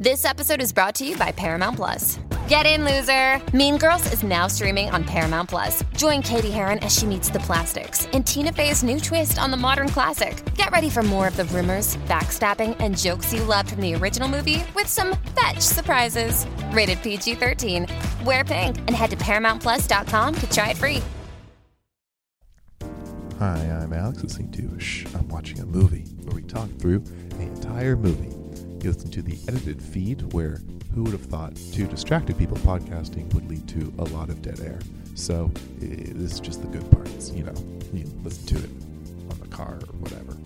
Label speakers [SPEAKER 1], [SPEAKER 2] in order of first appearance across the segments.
[SPEAKER 1] This episode is brought to you by Paramount Plus. Get in, loser! Mean Girls is now streaming on Paramount Plus. Join Katie Heron as she meets the plastics in Tina Fey's new twist on the modern classic. Get ready for more of the rumors, backstabbing, and jokes you loved from the original movie with some fetch surprises. Rated PG 13. Wear pink and head to ParamountPlus.com to try it free.
[SPEAKER 2] Hi, I'm Alex listening to Shh, I'm watching a movie where we talk through an entire movie. You listen to the edited feed where who would have thought two distracted people podcasting would lead to a lot of dead air. So i this is just the good parts, you know. You listen to it on the car or whatever.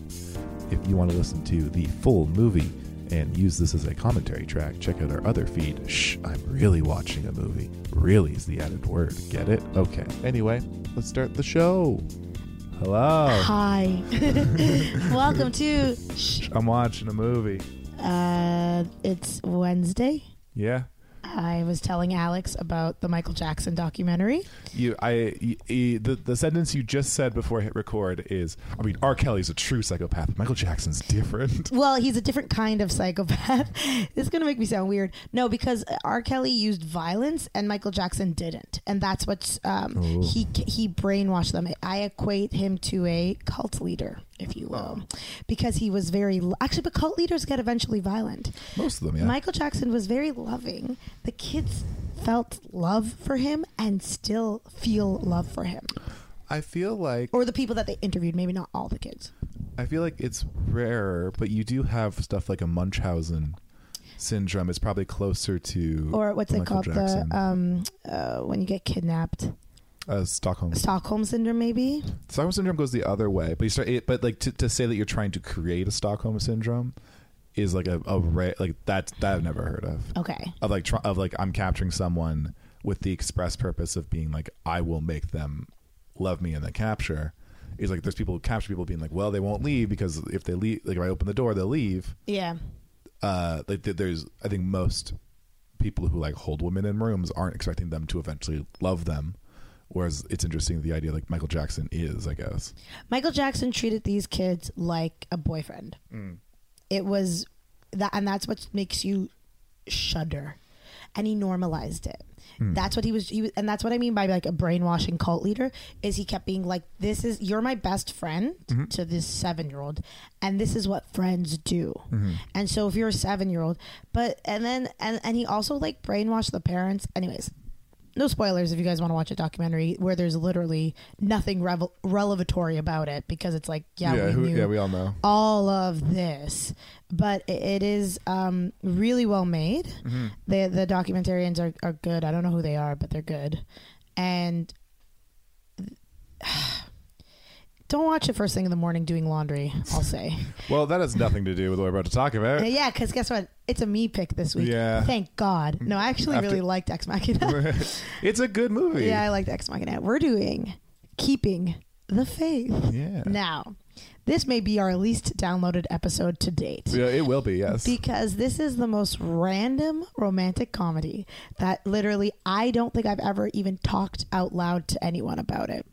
[SPEAKER 2] If you want to listen to the full movie and use this as a commentary track, check out our other feed. Shh, I'm really watching a movie. Really is the added word. Get it? Okay. Anyway, let's start the show. Hello.
[SPEAKER 3] Hi. Welcome to.
[SPEAKER 2] I'm watching a movie.
[SPEAKER 3] Uh, it's Wednesday.
[SPEAKER 2] Yeah.
[SPEAKER 3] I was telling Alex about the Michael Jackson documentary.
[SPEAKER 2] You, I, y- y- the, the sentence you just said before I hit record is, I mean, R. Kelly's a true psychopath. Michael Jackson's different.
[SPEAKER 3] Well, he's a different kind of psychopath. this is going to make me sound weird. No, because R. Kelly used violence and Michael Jackson didn't. And that's what um, he he brainwashed them. I equate him to a cult leader, if you will, because he was very actually, but cult leaders get eventually violent.
[SPEAKER 2] Most of them, yeah.
[SPEAKER 3] Michael Jackson was very loving. The kids felt love for him and still feel love for him.
[SPEAKER 2] I feel like
[SPEAKER 3] Or the people that they interviewed, maybe not all the kids.
[SPEAKER 2] I feel like it's rarer, but you do have stuff like a Munchausen syndrome. It's probably closer to
[SPEAKER 3] Or what's
[SPEAKER 2] the
[SPEAKER 3] it
[SPEAKER 2] Michael
[SPEAKER 3] called?
[SPEAKER 2] Jackson.
[SPEAKER 3] The um uh, when you get kidnapped.
[SPEAKER 2] uh, Stockholm.
[SPEAKER 3] Stockholm syndrome maybe?
[SPEAKER 2] Stockholm syndrome goes the other way, but you start. It, but like to, to say that you're trying to create a Stockholm syndrome is like a, a ra- like that that I've never heard of.
[SPEAKER 3] Okay.
[SPEAKER 2] of like tr- of like I'm capturing someone with the express purpose of being like I will make them love me in the capture. Is like there's people who capture people being like, well, they won't leave because if they leave, like if I open the door, they'll leave.
[SPEAKER 3] Yeah.
[SPEAKER 2] Uh, like th- there's I think most people who like hold women in rooms aren't expecting them to eventually love them. Whereas it's interesting the idea like Michael Jackson is, I guess.
[SPEAKER 3] Michael Jackson treated these kids like a boyfriend. It was that, and that's what makes you shudder. And he normalized it. That's what he was, he was, and that's what I mean by like a brainwashing cult leader. Is he kept being like, "This is you're my best friend to this seven year old, and this is what friends do." And so if you're a seven year old, but and then and and he also like brainwashed the parents. Anyways, no spoilers if you guys want to watch a documentary where there's literally nothing revel- revelatory about it because it's like yeah, we knew
[SPEAKER 2] all know.
[SPEAKER 3] all of this but i- it is um, really well made
[SPEAKER 2] Mm-hmm.
[SPEAKER 3] the the documentarians are, are good i don't know who they are but they're good and don't watch it first thing in the morning doing laundry i'll say
[SPEAKER 2] Well, that has nothing to do with what we're about to talk about.
[SPEAKER 3] yeah because guess what it's a me pick this week
[SPEAKER 2] Yeah.
[SPEAKER 3] thank god no i actually
[SPEAKER 2] After-
[SPEAKER 3] really liked x machina
[SPEAKER 2] it's a good movie.
[SPEAKER 3] Yeah, I like the Ex Machina. We're doing keeping the faith.
[SPEAKER 2] Yeah.
[SPEAKER 3] Now, this may be our least downloaded episode to date.
[SPEAKER 2] yeah, it will be. Yes.
[SPEAKER 3] Because this is the most random romantic comedy that literally I don't think I've ever even talked out loud to anyone about it.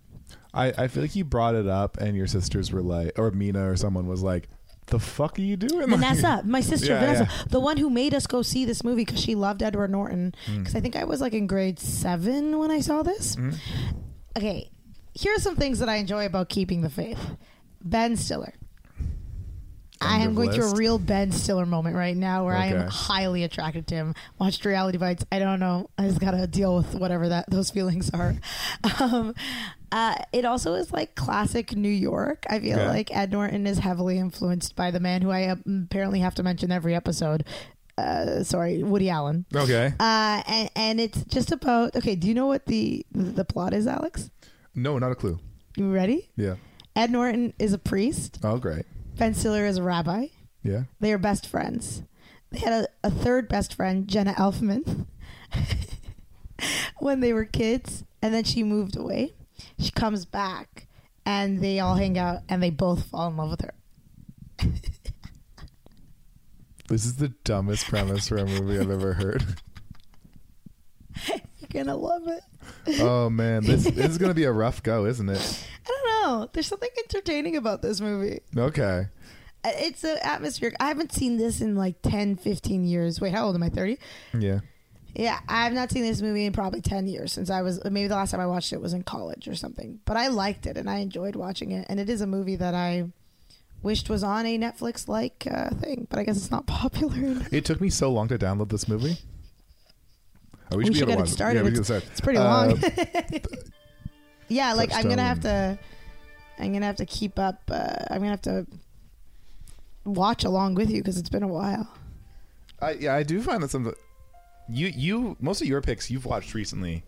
[SPEAKER 2] I, I feel like you brought it up, and your sisters were like, or Mina or someone was like, "The fuck are you doing?"
[SPEAKER 3] Vanessa, my sister
[SPEAKER 2] Yeah,
[SPEAKER 3] Vanessa,
[SPEAKER 2] yeah.
[SPEAKER 3] the one who made us go see this movie because she loved Edward Norton.
[SPEAKER 2] Mm.
[SPEAKER 3] Because I think I was like in grade seven when I saw this.
[SPEAKER 2] Mm-hmm.
[SPEAKER 3] Okay, here are some things that I enjoy about keeping the faith. Ben Stiller. I
[SPEAKER 2] End
[SPEAKER 3] am
[SPEAKER 2] of
[SPEAKER 3] going through a
[SPEAKER 2] list.
[SPEAKER 3] real Ben Stiller moment right now where I am
[SPEAKER 2] Okay.
[SPEAKER 3] highly attracted to him. Watched Reality Bites. I don't know. I just gotta deal with whatever that those feelings are. Um, uh, it also is like classic New York. I feel
[SPEAKER 2] Okay.
[SPEAKER 3] like Ed Norton is heavily influenced by the man who I um, apparently have to mention every episode. Uh, sorry, Woody Allen.
[SPEAKER 2] okay.
[SPEAKER 3] Uh, and and it's just about okay. Do you know what the the plot is, Alex?
[SPEAKER 2] no, not a clue.
[SPEAKER 3] You ready?
[SPEAKER 2] Yeah.
[SPEAKER 3] Ed Norton is a priest.
[SPEAKER 2] Oh, great.
[SPEAKER 3] Ben Stiller is a rabbi.
[SPEAKER 2] Yeah.
[SPEAKER 3] They are best friends. they had a, a third best friend, Jenna Elfman, when they were kids, and then she moved away. She comes back, and they all hang out, and they both fall in love with her.
[SPEAKER 2] This is the dumbest premise for a movie I've ever heard.
[SPEAKER 3] You're gonna love it.
[SPEAKER 2] Oh man, this, this is gonna be a rough go, isn't it?
[SPEAKER 3] I don't know. There's something entertaining about this movie.
[SPEAKER 2] Okay.
[SPEAKER 3] Uh, It's an atmospheric. I haven't seen this in like 10, 15 years. Wait, how old am I? 30?
[SPEAKER 2] Yeah.
[SPEAKER 3] Yeah, I've not seen this movie in probably 10 years since I was maybe the last time I watched it was in college or something. But I liked it and I enjoyed watching it. And it is a movie that I wished was on a Netflix like uh, thing, but I guess it's not popular.
[SPEAKER 2] It took me so long to download this movie. Oh,
[SPEAKER 3] We should
[SPEAKER 2] able to
[SPEAKER 3] get it
[SPEAKER 2] watch
[SPEAKER 3] started.
[SPEAKER 2] Yeah, we should start.
[SPEAKER 3] It's pretty
[SPEAKER 2] Uh,
[SPEAKER 3] long. yeah, like I'm going to have
[SPEAKER 2] Touchstone.
[SPEAKER 3] to I'm going to have to keep up uh, I'm going to have to watch along with you cuz it's been a while.
[SPEAKER 2] I, yeah, I do find that some. You you most of your picks you've watched recently,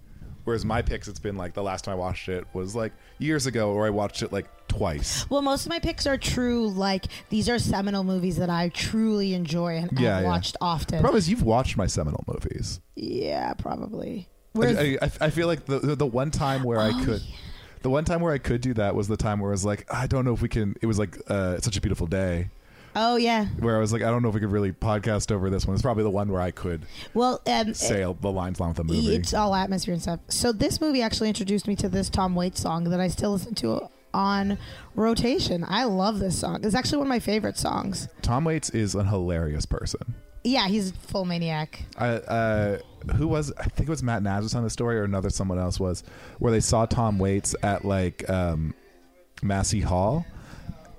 [SPEAKER 2] whereas my picks it's been like the last time I watched it was like years ago, or I watched it like twice.
[SPEAKER 3] Well, most of my picks are true. Like these are seminal movies that I truly enjoy and
[SPEAKER 2] Yeah,
[SPEAKER 3] I've
[SPEAKER 2] yeah.
[SPEAKER 3] watched often.
[SPEAKER 2] Problem is, you've watched my seminal movies.
[SPEAKER 3] Yeah, probably. Whereas, Oh,
[SPEAKER 2] I, I, I feel like the the- the one time where I could, the one time where I could do that was the time where I was like, I don't know if we can. It was like uh, such a beautiful day
[SPEAKER 3] oh yeah.
[SPEAKER 2] where I was like, I don't know if we could really podcast over this one. It's probably the one where I could
[SPEAKER 3] Well, um,
[SPEAKER 2] say the lines along with the movie.
[SPEAKER 3] it's all atmosphere and stuff. So this movie actually introduced me to this Tom Waits song that I still listen to on rotation. I love this song. It's actually one of my favorite songs.
[SPEAKER 2] Tom Waits is an hilarious person.
[SPEAKER 3] Yeah, he's a full maniac.
[SPEAKER 2] I, uh, who was I think it was Matt Nash was telling the story, or another someone else was, where they saw Tom Waits at like um, Massey Hall,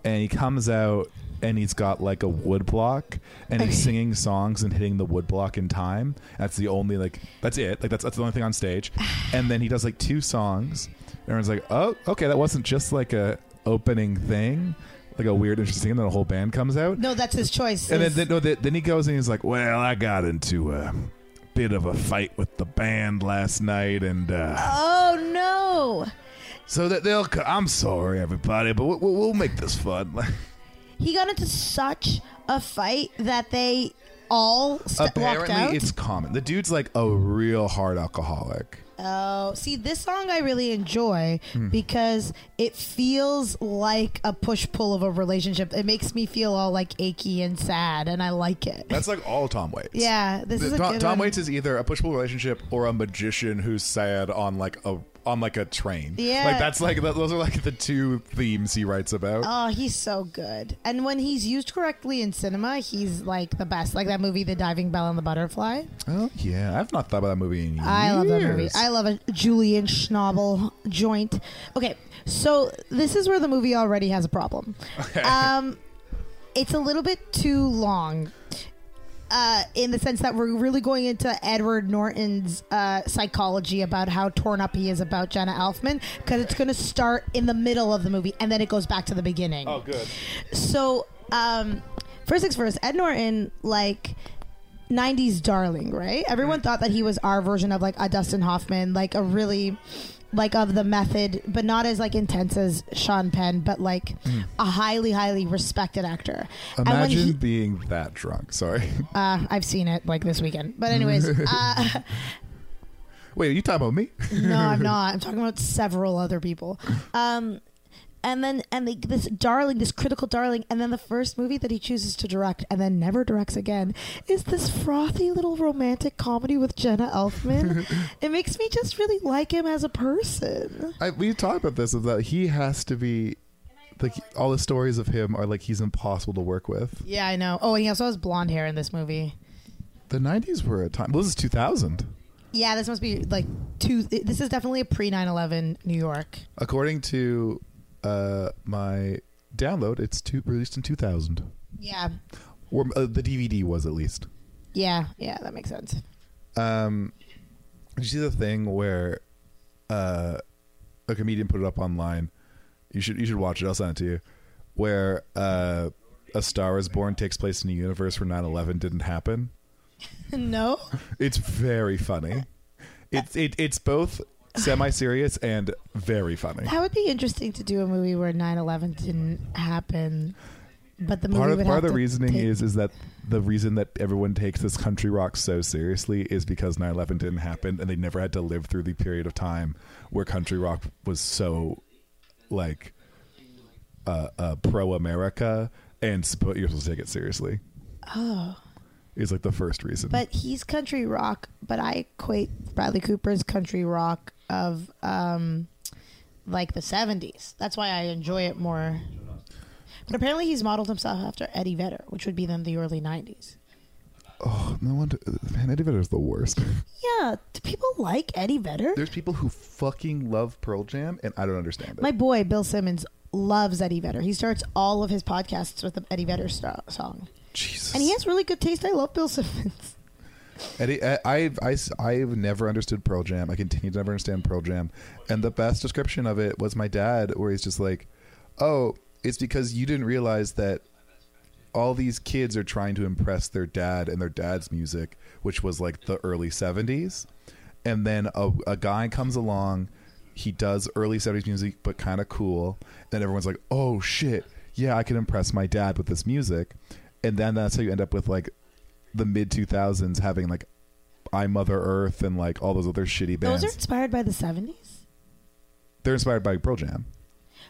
[SPEAKER 2] and he comes out and he's got like a wood block and he's singing songs and hitting the wood block in time. That's the only like that's it. Like that's that's the only thing on stage. And then he does like two songs. And everyone's like, Oh, okay, that wasn't just like a opening thing. Like a weird interesting and then a whole band comes out.
[SPEAKER 3] No, that's his choice.
[SPEAKER 2] And then,
[SPEAKER 3] His-
[SPEAKER 2] then, no, then, then he goes and he's like, "Well, I got into a bit of a fight with the band last night, and uh,
[SPEAKER 3] oh no.
[SPEAKER 2] so that they'll. co- I'm sorry, everybody, but we'll, we'll we'll make this fun."
[SPEAKER 3] He got into such a fight that they all st- walked out.
[SPEAKER 2] Apparently, it's common. The dude's like a real hard alcoholic.
[SPEAKER 3] Oh, see, this song I really enjoy
[SPEAKER 2] Hmm.
[SPEAKER 3] because it feels like a push pull of a relationship. It makes me feel all like achy and sad, and I like it.
[SPEAKER 2] That's like all Tom Waits.
[SPEAKER 3] yeah, this
[SPEAKER 2] The-
[SPEAKER 3] is a
[SPEAKER 2] Tom,
[SPEAKER 3] good
[SPEAKER 2] Tom
[SPEAKER 3] one.
[SPEAKER 2] Waits is either a push-pull relationship or a magician who's sad on like a on like a train.
[SPEAKER 3] Yeah.
[SPEAKER 2] like that's like those are like the two themes he writes about.
[SPEAKER 3] Oh, he's so good. And when he's used correctly in cinema, he's like the best. Like that movie, The Diving Bell and the Butterfly.
[SPEAKER 2] oh yeah, I've not thought about that movie in years.
[SPEAKER 3] I love that movie. I love a Julian Schnabel joint. Okay, so this is where the movie already has a problem. Um, it's a little bit too long. Uh, in the sense that we're really going into Edward Norton's uh, psychology about how torn up he is about Jenna Elfman, because it's going to start in the middle of the movie and then it goes back to the beginning.
[SPEAKER 2] oh good.
[SPEAKER 3] So, um, first things first, Ed Norton, like, 90s darling, right? Everyone thought that he was our version of, like, a Dustin Hoffman, like, a really, like, of the method, but not as, like, intense as Sean Penn, but, like, a highly, highly respected actor. and when
[SPEAKER 2] Imagine
[SPEAKER 3] he,
[SPEAKER 2] being that drunk. Sorry.
[SPEAKER 3] uh, I've seen it, like, this weekend. But, anyways, uh,
[SPEAKER 2] Wait, are you talking about me?
[SPEAKER 3] No, I'm not. I'm talking about several other people. Um, and then and like this darling, this critical darling, and then the first movie that he chooses to direct and then never directs again is this frothy little romantic comedy with Jenna Elfman. it makes me just really like him as a person.
[SPEAKER 2] I, we talked about this is that he has to be like all the stories of him are like he's impossible to work with.
[SPEAKER 3] Yeah, I know. Oh, and he also has blonde hair in this movie.
[SPEAKER 2] The 90s were a time. Well, this is 2000.
[SPEAKER 3] Yeah, this must be like two. This is definitely a pre 9 11 New York.
[SPEAKER 2] According to uh, my download, it's two, released in 2000.
[SPEAKER 3] Yeah,
[SPEAKER 2] Or uh, the DVD was at least.
[SPEAKER 3] yeah, yeah. That makes sense.
[SPEAKER 2] Um, did you see the thing where uh, a comedian put it up online? You should you should watch it. I'll send it to you. Where uh, a Star Is Born takes place in a universe where 9-11 didn't happen.
[SPEAKER 3] no.
[SPEAKER 2] It's very funny. It's it, it's both semi serious and very funny.
[SPEAKER 3] That would be interesting to do a movie where 9 11 didn't happen. but the movie
[SPEAKER 2] part of
[SPEAKER 3] would
[SPEAKER 2] part
[SPEAKER 3] have
[SPEAKER 2] of the
[SPEAKER 3] to
[SPEAKER 2] reasoning
[SPEAKER 3] take-
[SPEAKER 2] is is that the reason that everyone takes this country rock so seriously is because 9/11 didn't happen and they never had to live through the period of time where country rock was so like uh, uh, pro America and suppo- you're supposed to take it seriously. Oh, is like the first reason.
[SPEAKER 3] but he's country rock. But I equate Bradley Cooper's country rock of um, like the seventies. That's why I enjoy it more. But apparently, he's modeled himself after Eddie Vedder, which would be then the early nineties.
[SPEAKER 2] no wonder man, Eddie Vedder's the worst.
[SPEAKER 3] Yeah, do people like Eddie Vedder?
[SPEAKER 2] There's people who fucking love Pearl Jam, and I don't understand it.
[SPEAKER 3] My boy Bill Simmons loves Eddie Vedder. He starts all of his podcasts with the Eddie Vedder st- song,
[SPEAKER 2] Jesus,
[SPEAKER 3] and he has really good taste. I love Bill Simmons.
[SPEAKER 2] Eddie, I, I've, I, have never understood Pearl Jam. I continue to never understand Pearl Jam. And the best description of it was my dad, where he's just like, oh, it's because you didn't realize that all these kids are trying to impress their dad and their dad's music, which was like the early 70s. And then a, a guy comes along, he does early 70s music, but kind of cool. Then everyone's like, oh shit, yeah, I can impress my dad with this music. And then that's how you end up with like the mid 2000s having like I Mother Earth and like all those other shitty bands.
[SPEAKER 3] Those are inspired by the seventies,
[SPEAKER 2] They're inspired by Pearl Jam.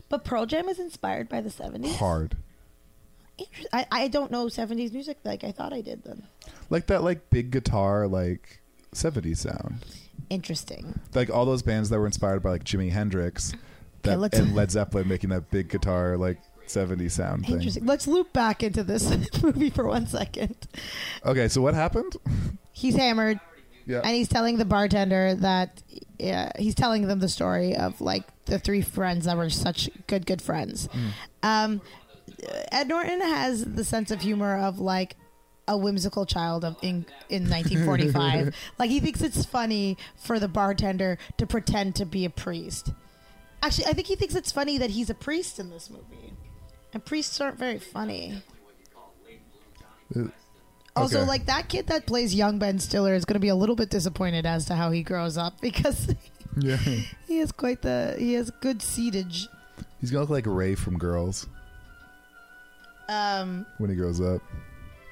[SPEAKER 3] but Pearl Jam is inspired by the seventies.
[SPEAKER 2] Hard.
[SPEAKER 3] Interest- I, I don't know 70s music like I thought I did then.
[SPEAKER 2] Like that like big guitar like 70s sound.
[SPEAKER 3] Interesting.
[SPEAKER 2] like all those bands that were inspired by like Jimi Hendrix that,
[SPEAKER 3] Okay, let's-
[SPEAKER 2] and Led Zeppelin making that big guitar like 70 sound thing.
[SPEAKER 3] Interesting. Let's loop back into this movie for one second.
[SPEAKER 2] Okay, so what happened?
[SPEAKER 3] He's hammered
[SPEAKER 2] Yeah.
[SPEAKER 3] and he's telling the bartender that yeah, he's telling them the story of like the three friends that were such good good friends. Um, Ed Norton has the sense of humor of like a whimsical child of in in 1945. like he thinks it's funny for the bartender to pretend to be a priest. Actually, I think he thinks it's funny that he's a priest in this movie. And priests aren't very funny. Also,
[SPEAKER 2] okay.
[SPEAKER 3] like that kid that plays young Ben Stiller is going to be a little bit disappointed as to how he grows up because
[SPEAKER 2] yeah.
[SPEAKER 3] he has quite the he has good seedage.
[SPEAKER 2] He's gonna look like Ray from Girls
[SPEAKER 3] Um,
[SPEAKER 2] when he grows up.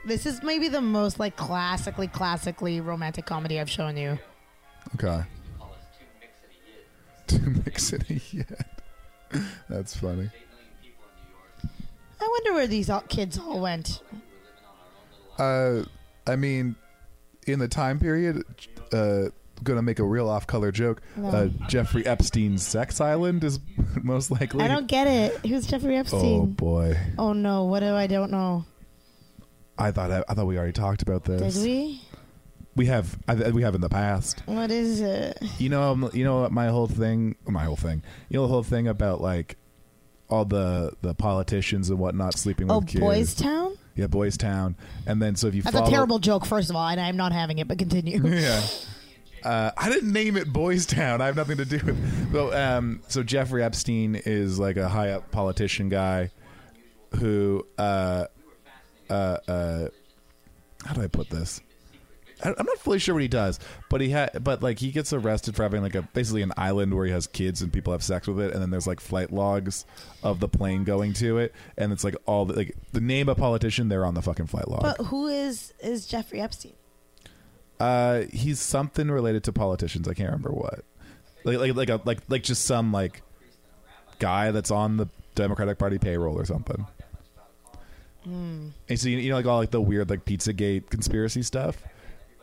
[SPEAKER 3] this is maybe the most like classically classically romantic comedy I've shown you.
[SPEAKER 2] Okay. To mix it a yet. That's funny.
[SPEAKER 3] I wonder where these all, kids all went.
[SPEAKER 2] Uh, I mean, in the time period, uh, gonna make a real off-color joke. Uh, Jeffrey Epstein's sex island is most likely.
[SPEAKER 3] I don't get it. Who's Jeffrey
[SPEAKER 2] oh
[SPEAKER 3] Epstein?
[SPEAKER 2] boy,
[SPEAKER 3] Oh, no, what do I don't know?
[SPEAKER 2] I thought I, thought we already talked about
[SPEAKER 3] Did
[SPEAKER 2] this.
[SPEAKER 3] we?
[SPEAKER 2] We have I, we have in the past.
[SPEAKER 3] What is it?
[SPEAKER 2] You know um, you know what my whole thing my whole thing. You know the whole thing about like all the the politicians and whatnot sleeping
[SPEAKER 3] Oh,
[SPEAKER 2] with kids.
[SPEAKER 3] Boys Town.
[SPEAKER 2] Yeah, Boys Town. And then so if you
[SPEAKER 3] That's
[SPEAKER 2] follow
[SPEAKER 3] a terrible joke, first of all, and I'm not having it. But continue.
[SPEAKER 2] Yeah. Uh, I didn't name it Boys Town. I have nothing to do with. It. So, um, so Jeffrey Epstein is like a high up politician guy who, uh, uh, uh, how do I put this? I- I'm not fully sure what he does, but he had, but like he gets arrested for having like a basically an island where he has kids and people have sex with it, and then there's like flight logs of the plane going to it, and it's like all the, like the name of politician they're on the fucking flight log.
[SPEAKER 3] but who is is Jeffrey Epstein?
[SPEAKER 2] Uh, he's something related to politicians. I can't remember what. Like like like a, like like just some like guy that's on the Democratic Party payroll or something. And so you, you know like all like the weird like Pizzagate conspiracy stuff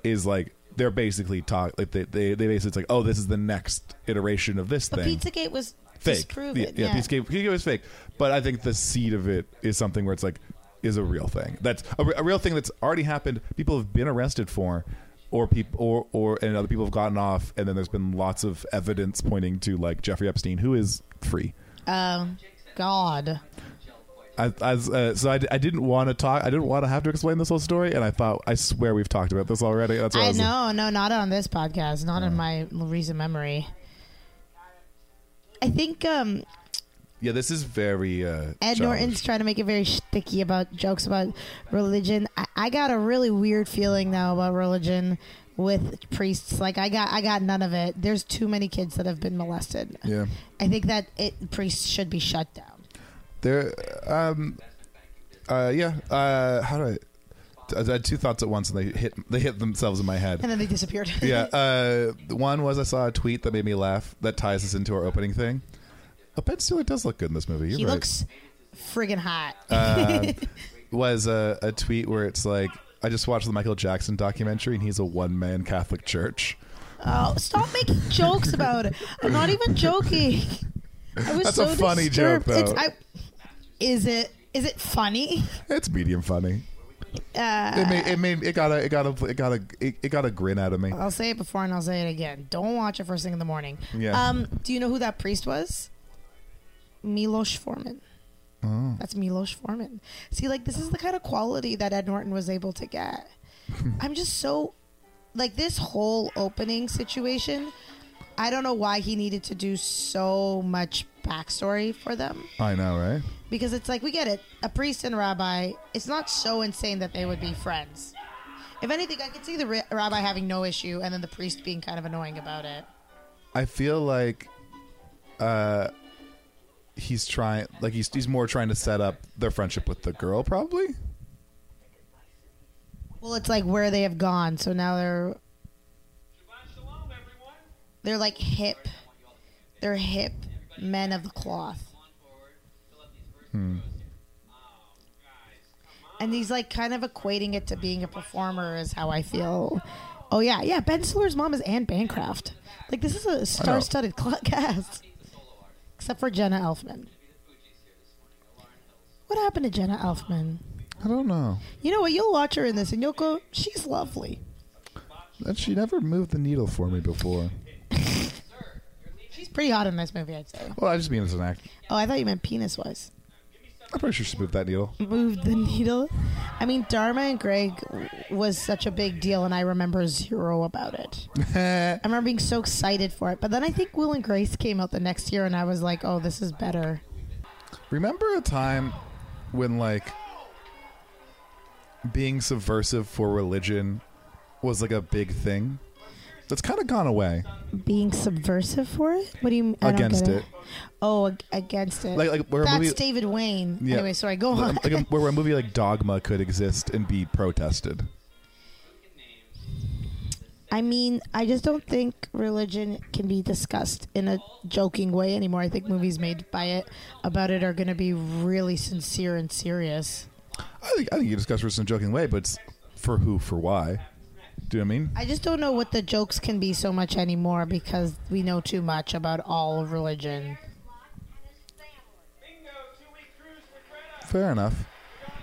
[SPEAKER 2] is like they're basically talk like they they, they basically it's like oh this is the next iteration of this
[SPEAKER 3] But
[SPEAKER 2] thing.
[SPEAKER 3] Pizzagate was
[SPEAKER 2] fake.
[SPEAKER 3] disproven.
[SPEAKER 2] Yeah, yeah, Pizzagate, Pizzagate was fake. But I think the seed of it is something where it's like is a real thing. That's a, re- a real thing that's already happened. People have been arrested for, or people or or and other people have gotten off. And then there's been lots of evidence pointing to like Jeffrey Epstein, who is free.
[SPEAKER 3] Um, God.
[SPEAKER 2] I, I, uh, so I, d- I didn't want to talk. I didn't want to have to explain this whole story. And I thought I swear we've talked about this already. That's what I,
[SPEAKER 3] I
[SPEAKER 2] was
[SPEAKER 3] know, no, not on this podcast, not in my recent memory. I think um,
[SPEAKER 2] Yeah, this is very uh,
[SPEAKER 3] Ed
[SPEAKER 2] childish.
[SPEAKER 3] Norton's trying to make it very sticky about jokes about religion. I, I got a really weird feeling now about religion with priests. Like I got, I got none of it. There's too many kids that have been molested.
[SPEAKER 2] Yeah.
[SPEAKER 3] I think that it priests should be shut down.
[SPEAKER 2] There, um, Uh, yeah. Uh, how do I? I had two thoughts at once, and they hit they hit themselves in my head.
[SPEAKER 3] and then they disappeared.
[SPEAKER 2] yeah. Uh, one was I saw a tweet that made me laugh that ties us into our opening thing. Oh, Ben Stiller does look good in this movie. You're
[SPEAKER 3] he
[SPEAKER 2] right.
[SPEAKER 3] looks friggin' hot.
[SPEAKER 2] was a, a tweet where it's like, I just watched the Michael Jackson documentary, and he's a one man Catholic church.
[SPEAKER 3] oh, stop making jokes about it. I'm not even joking. I was
[SPEAKER 2] That's
[SPEAKER 3] so
[SPEAKER 2] a funny joke,
[SPEAKER 3] disturbed. It's,
[SPEAKER 2] though.
[SPEAKER 3] I, is it? Is it funny?
[SPEAKER 2] It's medium funny.
[SPEAKER 3] Uh,
[SPEAKER 2] It made it made it got a it got a it got a it, it got a grin out of me.
[SPEAKER 3] I'll say it before and I'll say it again. Don't watch it first thing in the morning.
[SPEAKER 2] Yeah.
[SPEAKER 3] Um, do you know who that priest was? Milos Forman. That's Milos Forman. See, like this is the kind of quality that Ed Norton was able to get. I'm just so like this whole opening situation. I don't know why he needed to do so much backstory for them
[SPEAKER 2] I know, right?
[SPEAKER 3] because it's like we get it a priest and rabbi it's not so insane that they would be friends if anything i could see the ri- rabbi having no issue and then the priest being kind of annoying about it
[SPEAKER 2] I feel like uh he's trying like he's he's more trying to set up their friendship with the girl probably.
[SPEAKER 3] well it's like where they have gone so now they're they're like hip they're hip men of the cloth and he's like kind of equating it to being a performer is how i feel oh yeah yeah ben stiller's mom is anne bancroft like this is a star-studded cl- cast except for jenna elfman what happened to jenna elfman
[SPEAKER 2] I don't know.
[SPEAKER 3] you know what you'll watch her in this and you'll go she's lovely
[SPEAKER 2] That she never moved the needle for me before.
[SPEAKER 3] she's pretty hot in this movie i'd say
[SPEAKER 2] Well, I just mean as an act.
[SPEAKER 3] oh i thought you meant penis wise
[SPEAKER 2] I'm pretty sure she moved that needle.
[SPEAKER 3] moved the needle. I mean, Dharma and Greg was such a big deal, and I remember zero about it. I remember being so excited for it. But then I think Will and Grace came out the next year, and I was like, oh, this is better.
[SPEAKER 2] Remember a time when like being subversive for religion was like a big thing? That's kind of gone away.
[SPEAKER 3] Being subversive for it? What do you mean? I don't get
[SPEAKER 2] Against it.
[SPEAKER 3] Oh, ag- against it.
[SPEAKER 2] Like- like where a
[SPEAKER 3] That's
[SPEAKER 2] movie-
[SPEAKER 3] David Wayne.
[SPEAKER 2] Yeah.
[SPEAKER 3] Anyway, sorry, go on.
[SPEAKER 2] Like a, where a movie like Dogma could exist and be protested.
[SPEAKER 3] I mean, I just don't think religion can be discussed in a joking way anymore. I think movies made by it about it are going to be really sincere and serious.
[SPEAKER 2] I think, I think you discussed this in a joking way, but it's for who, for why. Do you know what I mean?
[SPEAKER 3] I just don't know what the jokes can be so much anymore because we know too much about all of religion.
[SPEAKER 2] Fair enough.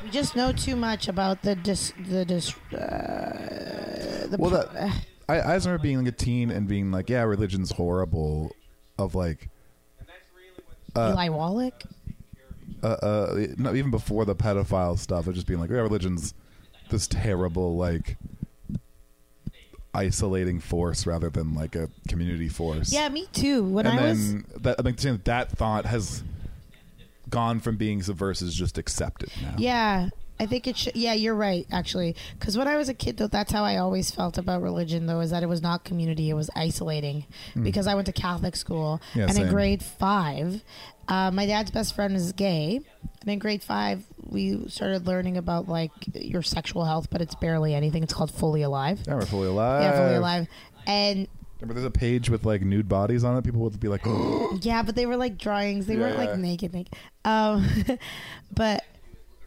[SPEAKER 3] We just know too much about the dis, the dis, uh, the
[SPEAKER 2] Well,
[SPEAKER 3] pr-
[SPEAKER 2] that I, I just remember being like a teen and being like, yeah, religion's horrible. Of like,
[SPEAKER 3] Eli Wallach.
[SPEAKER 2] uh, uh, no, even before the pedophile stuff, of just being like, yeah, religion's this terrible, like, isolating force rather than like a community force.
[SPEAKER 3] Yeah, me too. When
[SPEAKER 2] and
[SPEAKER 3] I was
[SPEAKER 2] then that, I think that thought has gone from being subversive is just accepted now.
[SPEAKER 3] Yeah, I think it should. Yeah, you're right, actually. Because when I was a kid, though, that's how I always felt about religion, though, is that it was not community, it was isolating. Because I went to Catholic school,
[SPEAKER 2] Mm. Yeah,
[SPEAKER 3] and
[SPEAKER 2] same.
[SPEAKER 3] in grade five, uh, my dad's best friend is gay. And in grade five, we started learning about like your sexual health, but it's barely anything. It's called Fully Alive.
[SPEAKER 2] Yeah, we're fully alive.
[SPEAKER 3] Yeah, Fully Alive. And
[SPEAKER 2] Remember, there's a page with like nude bodies on it. People would be like, "Oh,
[SPEAKER 3] Yeah, but they were like drawings. They weren't
[SPEAKER 2] Yeah.
[SPEAKER 3] like naked, naked. Um, but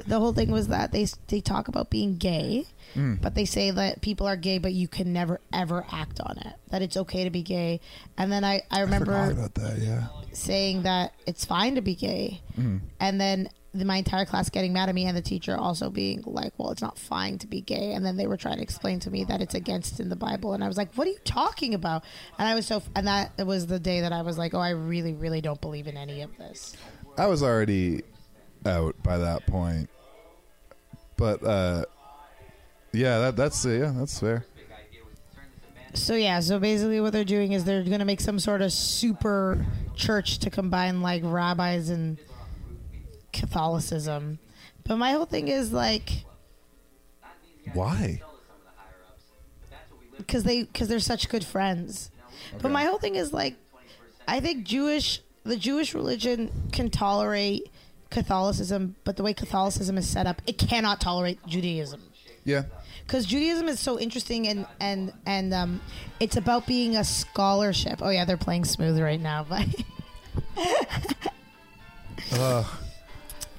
[SPEAKER 3] the whole thing was that they they talk about being gay, but they say that people are gay, but you can never ever act on it. That it's okay to be gay. And then I I remember
[SPEAKER 2] that." Yeah,
[SPEAKER 3] saying that it's fine to be gay, and then the, my entire class getting mad at me, and the teacher also being like, "Well, it's not fine to be gay," and then they were trying to explain to me that it's against in the Bible, and I was like, "What are you talking about?" And I was so, and that was the day that I was like, "Oh, I really, really don't believe in any of this."
[SPEAKER 2] I was already out by that point, but uh, yeah, that, that's uh, yeah, that's fair.
[SPEAKER 3] So yeah, so basically what they're doing is they're going to make some sort of super church to combine like rabbis and Catholicism. But my whole thing is like
[SPEAKER 2] Why?
[SPEAKER 3] because they because they're such good friends. But my whole thing is like, I think Jewish the Jewish religion can tolerate Catholicism, but the way Catholicism is set up, it cannot tolerate Judaism.
[SPEAKER 2] Yeah.
[SPEAKER 3] because Judaism is so interesting and and and um, it's about being a scholarship. Oh yeah, they're playing smooth right now, but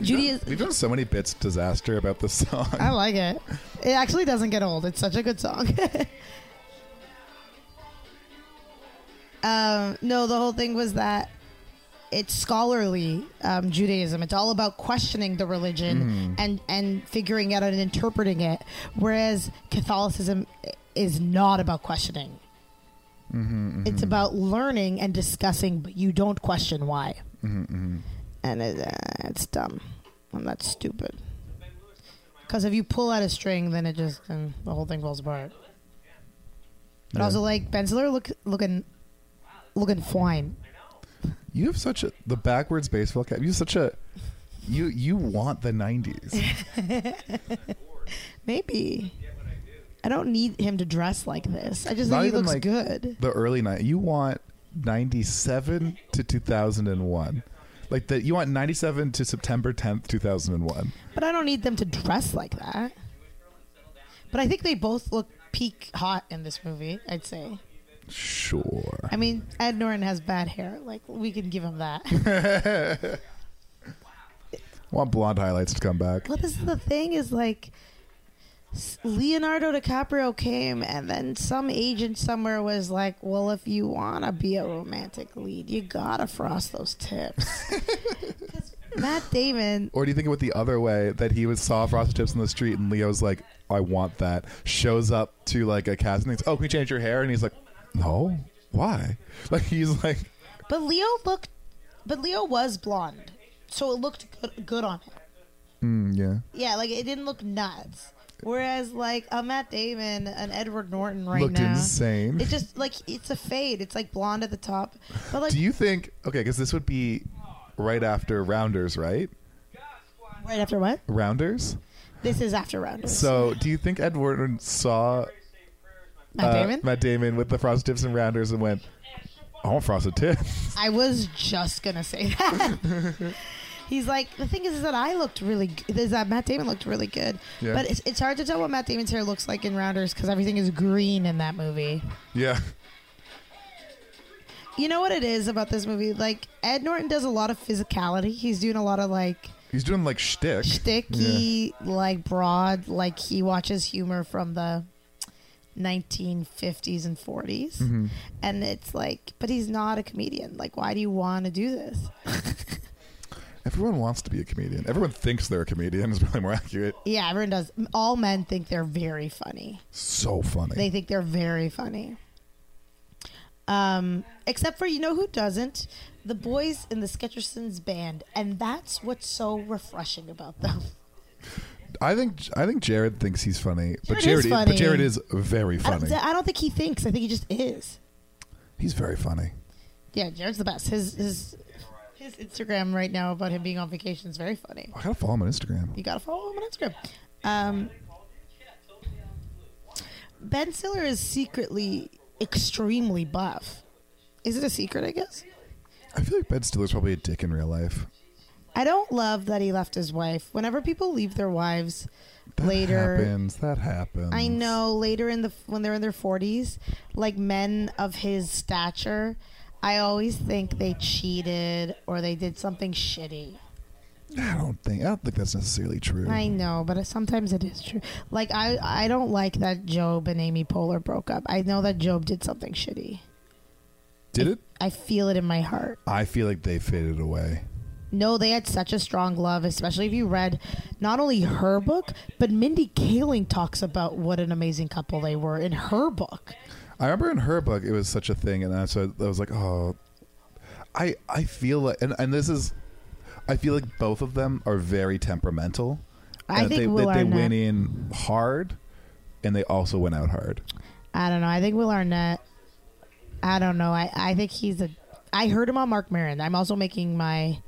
[SPEAKER 3] Judaism.
[SPEAKER 2] We've done so many bits disaster about this song.
[SPEAKER 3] I like it. It actually doesn't get old. It's such a good song. um, no, the whole thing was that it's scholarly um, Judaism. It's all about questioning the religion and and figuring out and interpreting it, whereas Catholicism is not about questioning. It's about learning and discussing, but you don't question why. And it, uh, it's dumb. And that's stupid. Because if you pull out a string, then it just then the whole thing falls apart. But also, like Ben Stiller look looking looking fine.
[SPEAKER 2] You have such a the backwards baseball cap. You have such a you you want the nineties.
[SPEAKER 3] Maybe I don't need him to dress like this. I just
[SPEAKER 2] Not
[SPEAKER 3] think he
[SPEAKER 2] even,
[SPEAKER 3] looks
[SPEAKER 2] like,
[SPEAKER 3] good.
[SPEAKER 2] The early night you want ninety seven to two thousand and one. Like that you want ninety seven to September tenth, two thousand and one.
[SPEAKER 3] But I don't need them to dress like that. But I think they both look peak hot in this movie. I'd say.
[SPEAKER 2] Sure.
[SPEAKER 3] I mean, Ed Norton has bad hair. Like we can give him that.
[SPEAKER 2] want blonde highlights to come back.
[SPEAKER 3] Well, this is the thing is like s- Leonardo DiCaprio came, and then some agent somewhere was like, "Well, if you wanna be a romantic lead, you gotta frost those tips." 'Cause Matt Damon,
[SPEAKER 2] Or do you think it went the other way that he was saw frosted tips on the street and Leo's like, I want that. Shows up to like a cast and thinks, Oh, can you change your hair? And he's like, No. Why? Like he's like
[SPEAKER 3] but Leo looked, but Leo was blonde, so it looked good, good on him.
[SPEAKER 2] "Mm, yeah.
[SPEAKER 3] Yeah, like it didn't look nuts. Whereas like a Matt Damon, an Edward Norton right
[SPEAKER 2] Looked
[SPEAKER 3] now,
[SPEAKER 2] insane.
[SPEAKER 3] It just like it's a fade. It's like blonde at the top, but like
[SPEAKER 2] Do you think okay? Because this would be right after Rounders, right?
[SPEAKER 3] right after what?
[SPEAKER 2] Rounders.
[SPEAKER 3] This is after round.
[SPEAKER 2] So, do you think Ed Norton saw
[SPEAKER 3] Matt
[SPEAKER 2] uh,
[SPEAKER 3] Damon?
[SPEAKER 2] Matt Damon with the frosted tips and Rounders and went, "I want frosted tips."
[SPEAKER 3] I was just gonna say that. He's like the thing is, is that I looked really g- is that Matt Damon looked really good,
[SPEAKER 2] Yeah.
[SPEAKER 3] but it's, it's hard to tell what Matt Damon's hair looks like in Rounders because everything is green in that movie.
[SPEAKER 2] yeah.
[SPEAKER 3] You know what it is about this movie? Like Ed Norton does a lot of physicality. He's doing a lot of like
[SPEAKER 2] He's doing like shtick.
[SPEAKER 3] sticky, like broad, like he watches humor from the 1950s and 40s,
[SPEAKER 2] Mm-hmm.
[SPEAKER 3] and it's like, but he's not a comedian. Like, why do you want to do this?
[SPEAKER 2] Everyone wants to be a comedian. Everyone thinks they're a comedian. Is probably more accurate.
[SPEAKER 3] Yeah, everyone does. All men think they're very funny.
[SPEAKER 2] So funny.
[SPEAKER 3] They think they're very funny. Um, except for you know who doesn't? The boys in the Sketchersons band, and that's what's so refreshing about them.
[SPEAKER 2] I think I think Jared thinks he's funny, but
[SPEAKER 3] Jared
[SPEAKER 2] Jared,
[SPEAKER 3] is
[SPEAKER 2] is-
[SPEAKER 3] funny.
[SPEAKER 2] but Jared is very
[SPEAKER 3] I don't-
[SPEAKER 2] funny.
[SPEAKER 3] I don't think he thinks. I think he just is.
[SPEAKER 2] He's very funny.
[SPEAKER 3] Yeah, Jared's the best. His his his Instagram right now about him being on vacation is very funny.
[SPEAKER 2] I gotta follow him on Instagram.
[SPEAKER 3] You gotta follow him on Instagram. Um, ben Stiller is secretly extremely buff. Is it a secret? I guess.
[SPEAKER 2] I feel like Ben Stiller's probably a dick in real life.
[SPEAKER 3] I don't love that he left his wife. Whenever people leave their wives later,
[SPEAKER 2] happens. That happens.
[SPEAKER 3] I know later in the when they're in their 40s, like men of his stature, I always think they cheated or they did something shitty.
[SPEAKER 2] I don't think. I don't think that's necessarily true.
[SPEAKER 3] I know, but sometimes it is true. Like I, I don't like that Job and Amy Poehler broke up. I know that Job did something shitty.
[SPEAKER 2] Did it?
[SPEAKER 3] I feel it in my heart.
[SPEAKER 2] I feel like they faded away.
[SPEAKER 3] No, they had such a strong love, especially if you read not only her book, but Mindy Kaling talks about what an amazing couple they were in her book.
[SPEAKER 2] I remember in her book, it was such a thing, and I, so I was like, oh, I I feel like, and, and this is, I feel like both of them are very temperamental.
[SPEAKER 3] I
[SPEAKER 2] And
[SPEAKER 3] think
[SPEAKER 2] they,
[SPEAKER 3] Will
[SPEAKER 2] that they
[SPEAKER 3] Arnett-
[SPEAKER 2] went in hard, and they also went out hard.
[SPEAKER 3] I don't know. I think Will Arnett. I don't know. I, I think he's a. I heard him on Mark Maron. I'm also making my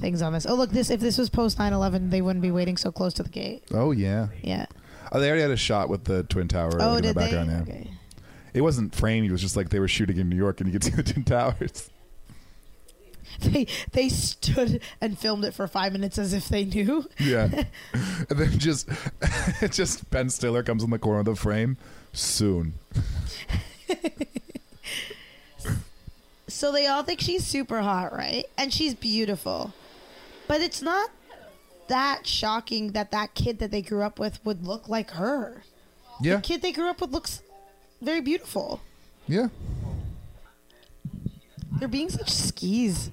[SPEAKER 3] things on this. Oh look, this if this was post 9/11, they wouldn't be waiting so close to the gate.
[SPEAKER 2] Oh yeah,
[SPEAKER 3] Yeah.
[SPEAKER 2] oh, they already had a shot with the twin tower like,
[SPEAKER 3] Oh,
[SPEAKER 2] in
[SPEAKER 3] did
[SPEAKER 2] the
[SPEAKER 3] they?
[SPEAKER 2] background. Yeah,
[SPEAKER 3] Okay.
[SPEAKER 2] it wasn't framed. It was just like they were shooting in New York, and you could see the twin towers.
[SPEAKER 3] They they stood and filmed it for five minutes as if they knew.
[SPEAKER 2] Yeah. and then just just Ben Stiller comes in the corner of the frame soon.
[SPEAKER 3] So they all think she's super hot, right? And she's beautiful. But it's not that shocking that that kid that they grew up with would look like her.
[SPEAKER 2] Yeah.
[SPEAKER 3] Kid they grew up with looks very beautiful.
[SPEAKER 2] Yeah.
[SPEAKER 3] They're being such skis.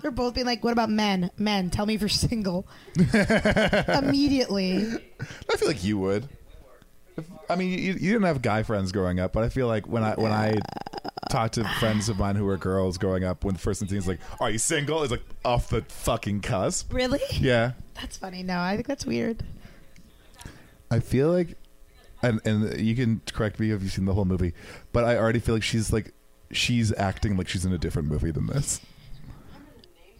[SPEAKER 3] They're both being like, "What about men? Men, tell me if you're single." Immediately,
[SPEAKER 2] I feel like you would. If- I mean, you, you didn't have guy friends growing up, but I feel like when I when I talk to friends of mine who were girls growing up, when the first thing is like, "Are you single?" is like off the fucking cusp.
[SPEAKER 3] really?
[SPEAKER 2] Yeah,
[SPEAKER 3] That's funny. No, I think that's weird.
[SPEAKER 2] I feel like, and and you can correct me if you've seen the whole movie, but I already feel like she's like she's acting like she's in a different movie than this.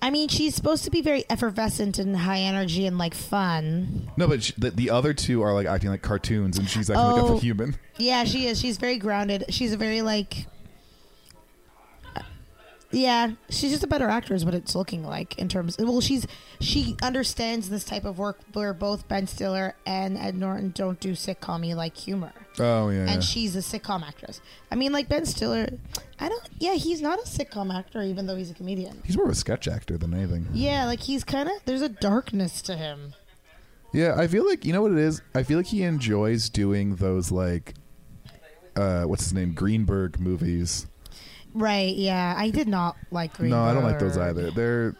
[SPEAKER 3] I mean, she's supposed to be very effervescent and high energy and like fun.
[SPEAKER 2] No, but she, the, the other two are like acting like cartoons, and she's acting like
[SPEAKER 3] Oh.
[SPEAKER 2] a human.
[SPEAKER 3] Yeah, she is. She's very grounded. She's a very like. Yeah, she's just a better actor, is what it's looking like in terms. Well, she's she understands this type of work where both Ben Stiller and Ed Norton don't do sitcom like humor.
[SPEAKER 2] Oh yeah, yeah.
[SPEAKER 3] and she's a sitcom actress. I mean, like Ben Stiller, I don't. Yeah, he's not a sitcom actor, even though he's a comedian.
[SPEAKER 2] he's more of a sketch actor than anything.
[SPEAKER 3] Yeah, like he's kind of there's a darkness to him.
[SPEAKER 2] Yeah, I feel like you know what it is. I feel like he enjoys doing those like, uh, what's his name, Greenberg movies.
[SPEAKER 3] Right? Yeah, I did not like Green.
[SPEAKER 2] No, I don't like those
[SPEAKER 3] Book.
[SPEAKER 2] either. They're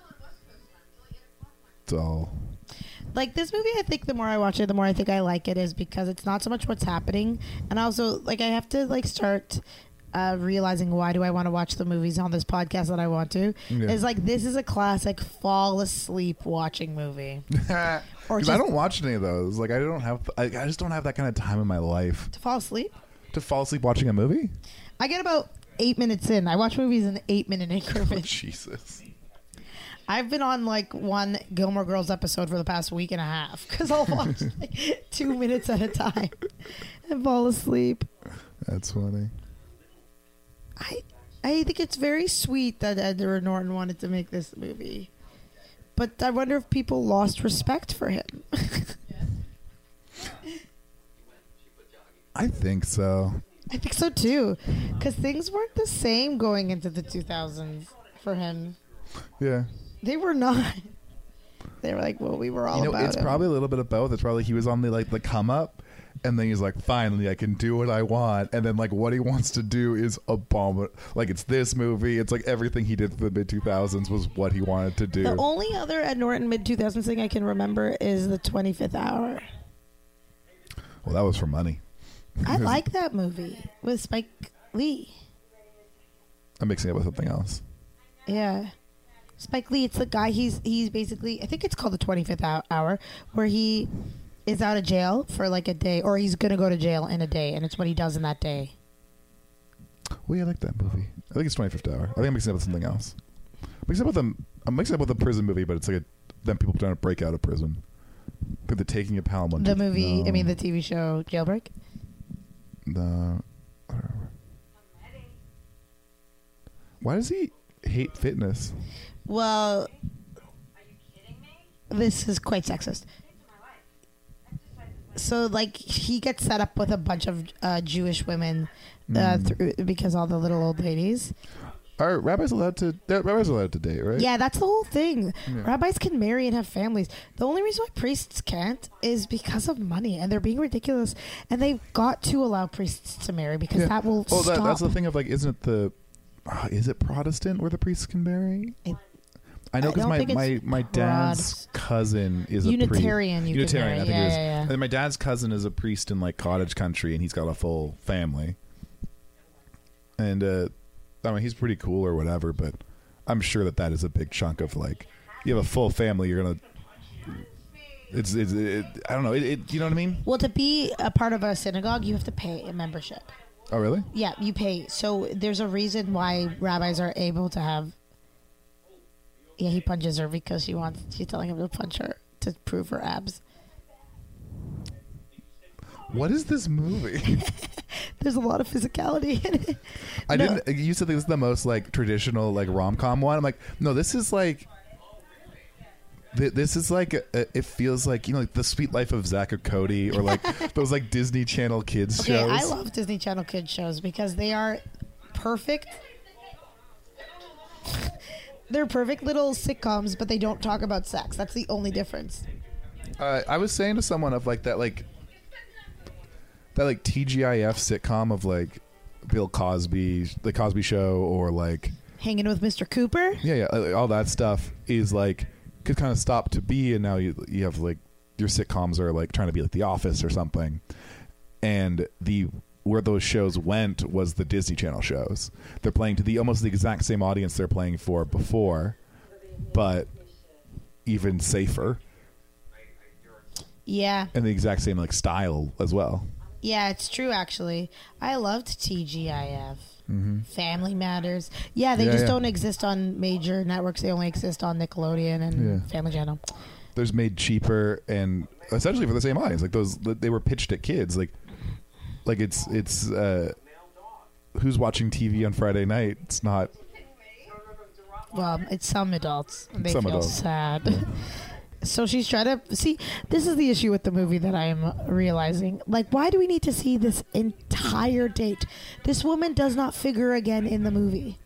[SPEAKER 2] dull.
[SPEAKER 3] Like this movie, I think the more I watch it, the more I think I like it, is because it's not so much what's happening, and also like I have to like start. Uh, realizing why do I want to watch the movies on this podcast that I want to
[SPEAKER 2] Yeah.
[SPEAKER 3] is like this is a classic fall asleep watching movie.
[SPEAKER 2] 'Cause I
[SPEAKER 3] just-
[SPEAKER 2] don't watch any of those. Like I don't have. I, I just don't have that kind of time in my life
[SPEAKER 3] to fall asleep,
[SPEAKER 2] to fall asleep watching a movie.
[SPEAKER 3] I get about eight minutes in. I watch movies in eight minute increments.
[SPEAKER 2] Jesus.
[SPEAKER 3] I've been on like one Gilmore Girls episode for the past week and a half because I'll watch like two minutes at a time and fall asleep.
[SPEAKER 2] That's funny.
[SPEAKER 3] I I think it's very sweet that Edward Norton wanted to make this movie, but I wonder if people lost respect for him.
[SPEAKER 2] I think so.
[SPEAKER 3] I think so too, because things weren't the same going into the 2000s for him.
[SPEAKER 2] Yeah.
[SPEAKER 3] They were not. They were like, well, we were all
[SPEAKER 2] You know,
[SPEAKER 3] about
[SPEAKER 2] it's
[SPEAKER 3] him.
[SPEAKER 2] probably a little bit of both. It's probably he was on the like the come up, and then he's like, finally, I can do what I want. And then like what he wants to do is abominable. Like it's this movie. It's like everything he did for the mid two thousands was what he wanted to do.
[SPEAKER 3] The only other Ed Norton mid 2000s thing I can remember is the 25th hour.
[SPEAKER 2] well, that was for money.
[SPEAKER 3] I like that movie with Spike Lee.
[SPEAKER 2] I'm mixing it with something else.
[SPEAKER 3] Yeah. Spike Lee, it's the guy he's he's basically I think it's called the 25th hou- hour where he is out of jail for like a day or he's going to go to jail in a day and it's what he does in that day.
[SPEAKER 2] Well, yeah, I like that movie. I think it's Twenty Fifth Hour. I think I'm mixing it up with something else. Mixing up with them. I'm mixing up with a prison movie, but it's like a, them people trying to break out of prison. But the taking of Palomar.
[SPEAKER 3] The movie, I
[SPEAKER 2] No.
[SPEAKER 3] mean the TV show Jailbreak.
[SPEAKER 2] No. Why does he hate fitness?
[SPEAKER 3] Well, this is quite sexist. So, like, he gets set up with a bunch of uh, Jewish women uh,
[SPEAKER 2] Mm.
[SPEAKER 3] through, because all the little old ladies.
[SPEAKER 2] Are rabbis allowed to? they're- Rabbis are allowed to date, right?
[SPEAKER 3] Yeah, that's the whole thing. Rabbis can marry and have families. The only reason why priests can't is because of money, and they're being ridiculous. And they've got to allow priests to marry because that will
[SPEAKER 2] Oh,
[SPEAKER 3] stop.
[SPEAKER 2] that, that's the thing of like, isn't it the? ah, is it Protestant where the priests can marry?
[SPEAKER 3] It-
[SPEAKER 2] I know
[SPEAKER 3] I
[SPEAKER 2] because
[SPEAKER 3] don't
[SPEAKER 2] my,
[SPEAKER 3] think
[SPEAKER 2] my
[SPEAKER 3] it's
[SPEAKER 2] my dad's cousin is
[SPEAKER 3] Unitarian
[SPEAKER 2] A
[SPEAKER 3] you
[SPEAKER 2] priest.
[SPEAKER 3] can
[SPEAKER 2] Unitarian,
[SPEAKER 3] marry.
[SPEAKER 2] I think
[SPEAKER 3] Yeah,
[SPEAKER 2] it is.
[SPEAKER 3] yeah, yeah.
[SPEAKER 2] And then my dad's cousin is a priest in like cottage country, and he's got a full family. And uh, I mean, he's pretty cool or whatever, but I'm sure that that is a big chunk of like, you have a full family, you're gonna. It's, it's it, I don't know. It, it, you know what I mean?
[SPEAKER 3] well, to be a part of a synagogue, you have to pay a membership.
[SPEAKER 2] Oh, really?
[SPEAKER 3] Yeah, you pay. So there's a reason why rabbis are able to have. Yeah, he punches her because she wants. She's telling him to punch her to prove her abs.
[SPEAKER 2] What is this movie?
[SPEAKER 3] There's a lot of physicality in it.
[SPEAKER 2] I
[SPEAKER 3] No.
[SPEAKER 2] didn't. You said this was the most like traditional like rom com one. I'm like, no, this is like. thi- This is like a, a- it feels like you know like the Sweet Life of Zach and Cody or like those like Disney Channel kids
[SPEAKER 3] Okay,
[SPEAKER 2] shows.
[SPEAKER 3] I love Disney Channel kids shows because they are perfect. They're perfect little sitcoms, but they don't talk about sex. That's the only difference.
[SPEAKER 2] uh, I was saying to someone of like that like that like TGIF sitcom of like Bill Cosby, the Cosby Show, or like
[SPEAKER 3] Hanging with Mr. Cooper.
[SPEAKER 2] yeah, yeah, uh, all that stuff is like could kind of stop to be, and now you you have like your sitcoms are like trying to be like The Office or something, and the where those shows went was the Disney Channel shows. They're playing to the almost the exact same audience they're playing for before, but even safer
[SPEAKER 3] Yeah,
[SPEAKER 2] and the exact same like style as well.
[SPEAKER 3] yeah, it's true. Actually, I loved TGIF. Family Matters. Yeah, they
[SPEAKER 2] Mm-hmm. Yeah,
[SPEAKER 3] just
[SPEAKER 2] yeah.
[SPEAKER 3] don't exist on major networks. They only exist on Nickelodeon and
[SPEAKER 2] Yeah.
[SPEAKER 3] Family Channel.
[SPEAKER 2] There's made cheaper and essentially for the same audience. Like those they were pitched at kids. Like like it's it's uh who's watching TV on Friday night? It's not
[SPEAKER 3] Well, it's some adults. They
[SPEAKER 2] Some
[SPEAKER 3] feel
[SPEAKER 2] adults.
[SPEAKER 3] sad. so she's trying to see. This is the issue with the movie that I am realizing. Like, why do we need to see this entire date? This woman does not figure again in the movie.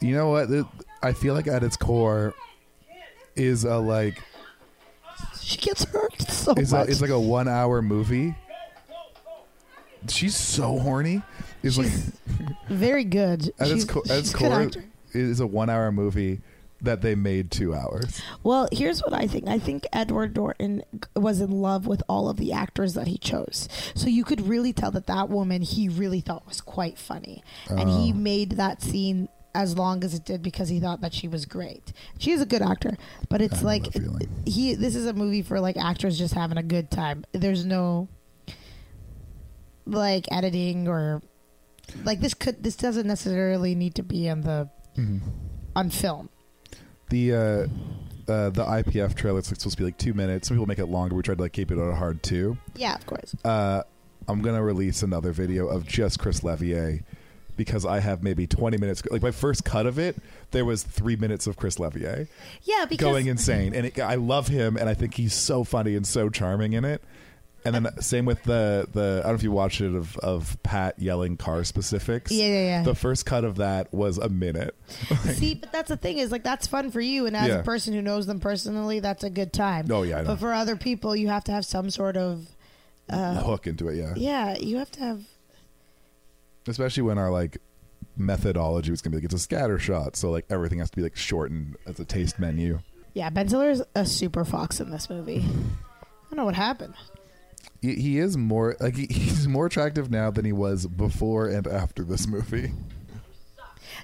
[SPEAKER 2] You know what? It- I feel like at its core is a like
[SPEAKER 3] She gets hurt so
[SPEAKER 2] is a,
[SPEAKER 3] much.
[SPEAKER 2] is like a one hour movie. She's so horny. Is like
[SPEAKER 3] She's very good.
[SPEAKER 2] at its
[SPEAKER 3] She's-
[SPEAKER 2] co- at its
[SPEAKER 3] she's a good
[SPEAKER 2] core
[SPEAKER 3] actor.
[SPEAKER 2] is a one hour movie that they made two hours.
[SPEAKER 3] Well, here's what I think. I think Edward Norton was in love with all of the actors that he chose. So you could really tell that that woman he really thought was quite funny. And
[SPEAKER 2] Oh.
[SPEAKER 3] he made that scene as long as it did because he thought that she was great. She's a good actor, but it's
[SPEAKER 2] know
[SPEAKER 3] like
[SPEAKER 2] that feeling.
[SPEAKER 3] he this is a movie for like actors just having a good time. There's no like editing or like this could this doesn't necessarily need to be on the
[SPEAKER 2] Mm-hmm.
[SPEAKER 3] on film.
[SPEAKER 2] The uh, uh, the IPF trailer it's like supposed to be like two minutes. Some people make it longer. We tried to like keep it on a hard two.
[SPEAKER 3] Yeah, of course.
[SPEAKER 2] Uh, I'm gonna release another video of just Chris Levier because I have maybe 20 minutes. Like my first cut of it, there was three minutes of Chris Levier
[SPEAKER 3] Yeah, because
[SPEAKER 2] going insane, and it, I love him, and I think he's so funny and so charming in it. And then uh, same with the the I don't know if you watched it of of Pat yelling car specifics.
[SPEAKER 3] Yeah, yeah, yeah.
[SPEAKER 2] The first cut of that was a minute.
[SPEAKER 3] See, but that's the thing is like that's fun for you, and as
[SPEAKER 2] Yeah.
[SPEAKER 3] a person who knows them personally, that's a good time.
[SPEAKER 2] Oh, yeah, I know.
[SPEAKER 3] But for other people, you have to have some sort of Uh,
[SPEAKER 2] hook into it, yeah.
[SPEAKER 3] yeah. You have to have
[SPEAKER 2] especially when our like methodology was gonna be like it's a scatter shot so like everything has to be like shortened as a taste menu
[SPEAKER 3] yeah. Ben Stiller's a super fox in this movie. I don't know what happened.
[SPEAKER 2] he, he is more like he, he's more attractive now than he was before and after this movie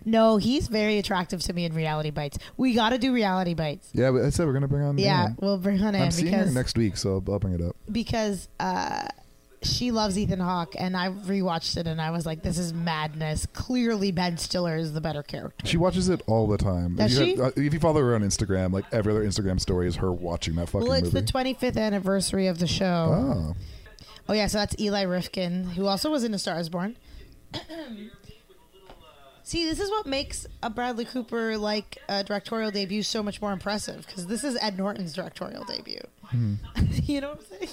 [SPEAKER 3] No, he's very attractive to me in Reality Bites. We got to do Reality Bites.
[SPEAKER 2] yeah but i said we're gonna bring on
[SPEAKER 3] Yeah,
[SPEAKER 2] Dan.
[SPEAKER 3] we'll bring on in
[SPEAKER 2] i'm seeing her
[SPEAKER 3] because
[SPEAKER 2] next week so I'll, I'll bring it up
[SPEAKER 3] because uh, she loves Ethan Hawke, and I rewatched it, and I was like, this is madness. Clearly, Ben Stiller is the better character.
[SPEAKER 2] she watches it all the time
[SPEAKER 3] Does
[SPEAKER 2] if you,
[SPEAKER 3] she?
[SPEAKER 2] uh, if you follow her on instagram like every other instagram story is her watching that fucking
[SPEAKER 3] Well, it's
[SPEAKER 2] movie
[SPEAKER 3] the 25th anniversary of the show.
[SPEAKER 2] oh
[SPEAKER 3] Oh yeah, so that's Eli Rifkin, who also was in A Star Is Born. See, this is what makes a Bradley Cooper like uh, directorial debut so much more impressive because this is Ed Norton's directorial debut. you know what I'm saying?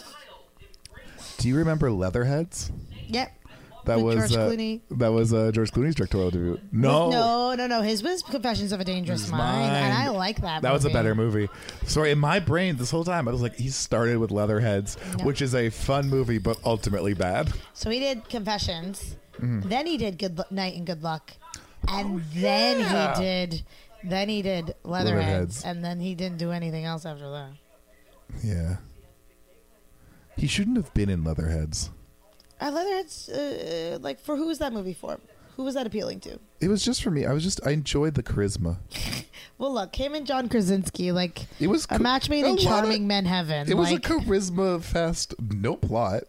[SPEAKER 2] do you remember leatherheads
[SPEAKER 3] Yep.
[SPEAKER 2] that
[SPEAKER 3] With
[SPEAKER 2] was
[SPEAKER 3] George
[SPEAKER 2] uh,
[SPEAKER 3] Clooney.
[SPEAKER 2] that was uh, george clooney's directorial debut no
[SPEAKER 3] no, no, no. His was Confessions of a Dangerous
[SPEAKER 2] It's
[SPEAKER 3] Mind, and
[SPEAKER 2] mine.
[SPEAKER 3] I like that.
[SPEAKER 2] That was a
[SPEAKER 3] movie.
[SPEAKER 2] better movie. Sorry, in my brain this whole time I was like, he started with Leatherheads, which is a fun movie but ultimately bad.
[SPEAKER 3] So he did Confessions,
[SPEAKER 2] Mm-hmm.
[SPEAKER 3] then he did Good Lu- Night and Good Luck, and then
[SPEAKER 2] Oh, yeah.
[SPEAKER 3] he did, then he did
[SPEAKER 2] Leatherheads.
[SPEAKER 3] Leatherheads, and then he didn't do anything else after that.
[SPEAKER 2] Yeah. He shouldn't have been in Leatherheads.
[SPEAKER 3] I Leatherheads, uh, like, for who was that movie for? Who was that appealing to?
[SPEAKER 2] It was just for me. I was just I enjoyed the charisma.
[SPEAKER 3] Well, look, him and John Krasinski, like,
[SPEAKER 2] It was
[SPEAKER 3] a match made
[SPEAKER 2] a
[SPEAKER 3] in
[SPEAKER 2] lot of-
[SPEAKER 3] charming men heaven.
[SPEAKER 2] It was
[SPEAKER 3] like,
[SPEAKER 2] a charisma fest, no plot.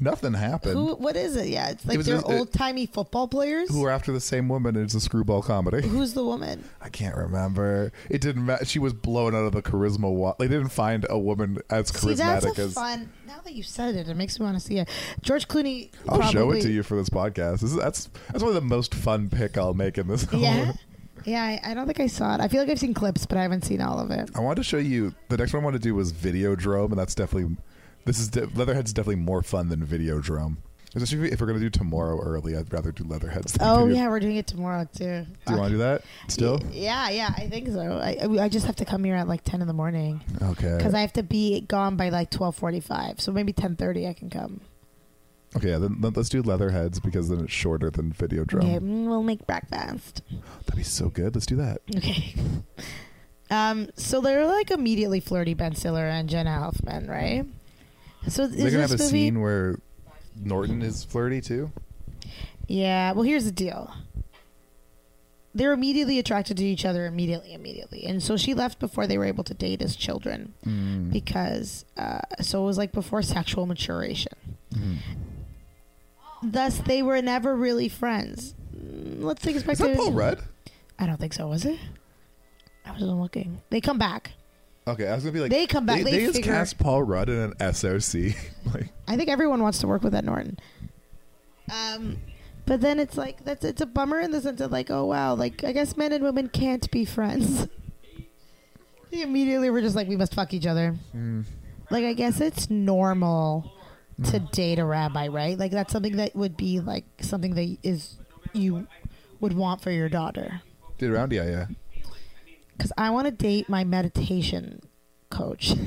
[SPEAKER 2] Nothing happened.
[SPEAKER 3] Who? What is it? Yeah, it's like
[SPEAKER 2] was
[SPEAKER 3] they're
[SPEAKER 2] just, uh,
[SPEAKER 3] old timey football players.
[SPEAKER 2] Who are after the same woman? and It's a screwball comedy.
[SPEAKER 3] Who's the woman?
[SPEAKER 2] I can't remember. It didn't matter. She was blown out of the charisma. Wa- they didn't find a woman as
[SPEAKER 3] See, that's
[SPEAKER 2] charismatic
[SPEAKER 3] a
[SPEAKER 2] as.
[SPEAKER 3] fun. Now that you said it, it makes me want to see it. George Clooney.
[SPEAKER 2] I'll show it
[SPEAKER 3] probably-
[SPEAKER 2] to you for this podcast. This is, that's that's one of the most fun pick I'll make in this. whole-
[SPEAKER 3] Yeah, yeah. I, I don't think I saw it. I feel like I've seen clips, but I haven't seen all of it.
[SPEAKER 2] I wanted to show you the next one I want to do was Videodrome, and that's definitely this is de- Leatherhead's definitely more fun than Videodrome. Especially if we're gonna do tomorrow early, I'd rather do Leatherhead's. Than
[SPEAKER 3] Oh
[SPEAKER 2] Video-
[SPEAKER 3] yeah, we're doing it tomorrow too.
[SPEAKER 2] Do you want to do that still?
[SPEAKER 3] Yeah, yeah. I think so. I, I- I just have to come here at like ten in the morning
[SPEAKER 2] Okay.
[SPEAKER 3] because I have to be gone by like twelve forty-five. So maybe ten thirty, I can come.
[SPEAKER 2] okay, yeah, then let- let's do Leatherheads because then it's shorter than Videodrome.
[SPEAKER 3] Okay, mm, we'll make breakfast.
[SPEAKER 2] That'd be so good. Let's do that.
[SPEAKER 3] Okay. Um. So they're like immediately flirty Ben Stiller and Jenna Elfman, right? So is
[SPEAKER 2] They're gonna have
[SPEAKER 3] this
[SPEAKER 2] a
[SPEAKER 3] movie?
[SPEAKER 2] scene where Norton is flirty too.
[SPEAKER 3] Yeah. Well, here's the deal. They're immediately attracted to each other immediately, immediately, and so she left before they were able to date as children
[SPEAKER 2] Mm.
[SPEAKER 3] because uh, so it was like before sexual maturation.
[SPEAKER 2] Mm-hmm.
[SPEAKER 3] Thus, they were never really friends. Mm, Let's take
[SPEAKER 2] Is
[SPEAKER 3] expect
[SPEAKER 2] that Paul Rudd?
[SPEAKER 3] I don't think so. Was it? I wasn't looking. They come back.
[SPEAKER 2] Okay, I was gonna be like
[SPEAKER 3] They come back,
[SPEAKER 2] They,
[SPEAKER 3] they
[SPEAKER 2] just
[SPEAKER 3] figure-
[SPEAKER 2] cast Paul Rudd in an SOC. like
[SPEAKER 3] I think everyone wants to work with Ed Norton. Um, but then it's like that's it's a bummer in the sense of like, oh wow, like I guess men and women can't be friends. they immediately were just like, we must fuck each other. Like I guess it's normal to date a rabbi, right? Like that's something that would be like something that is you would want for your daughter.
[SPEAKER 2] did around yeah yeah.
[SPEAKER 3] Because I want to date my meditation coach.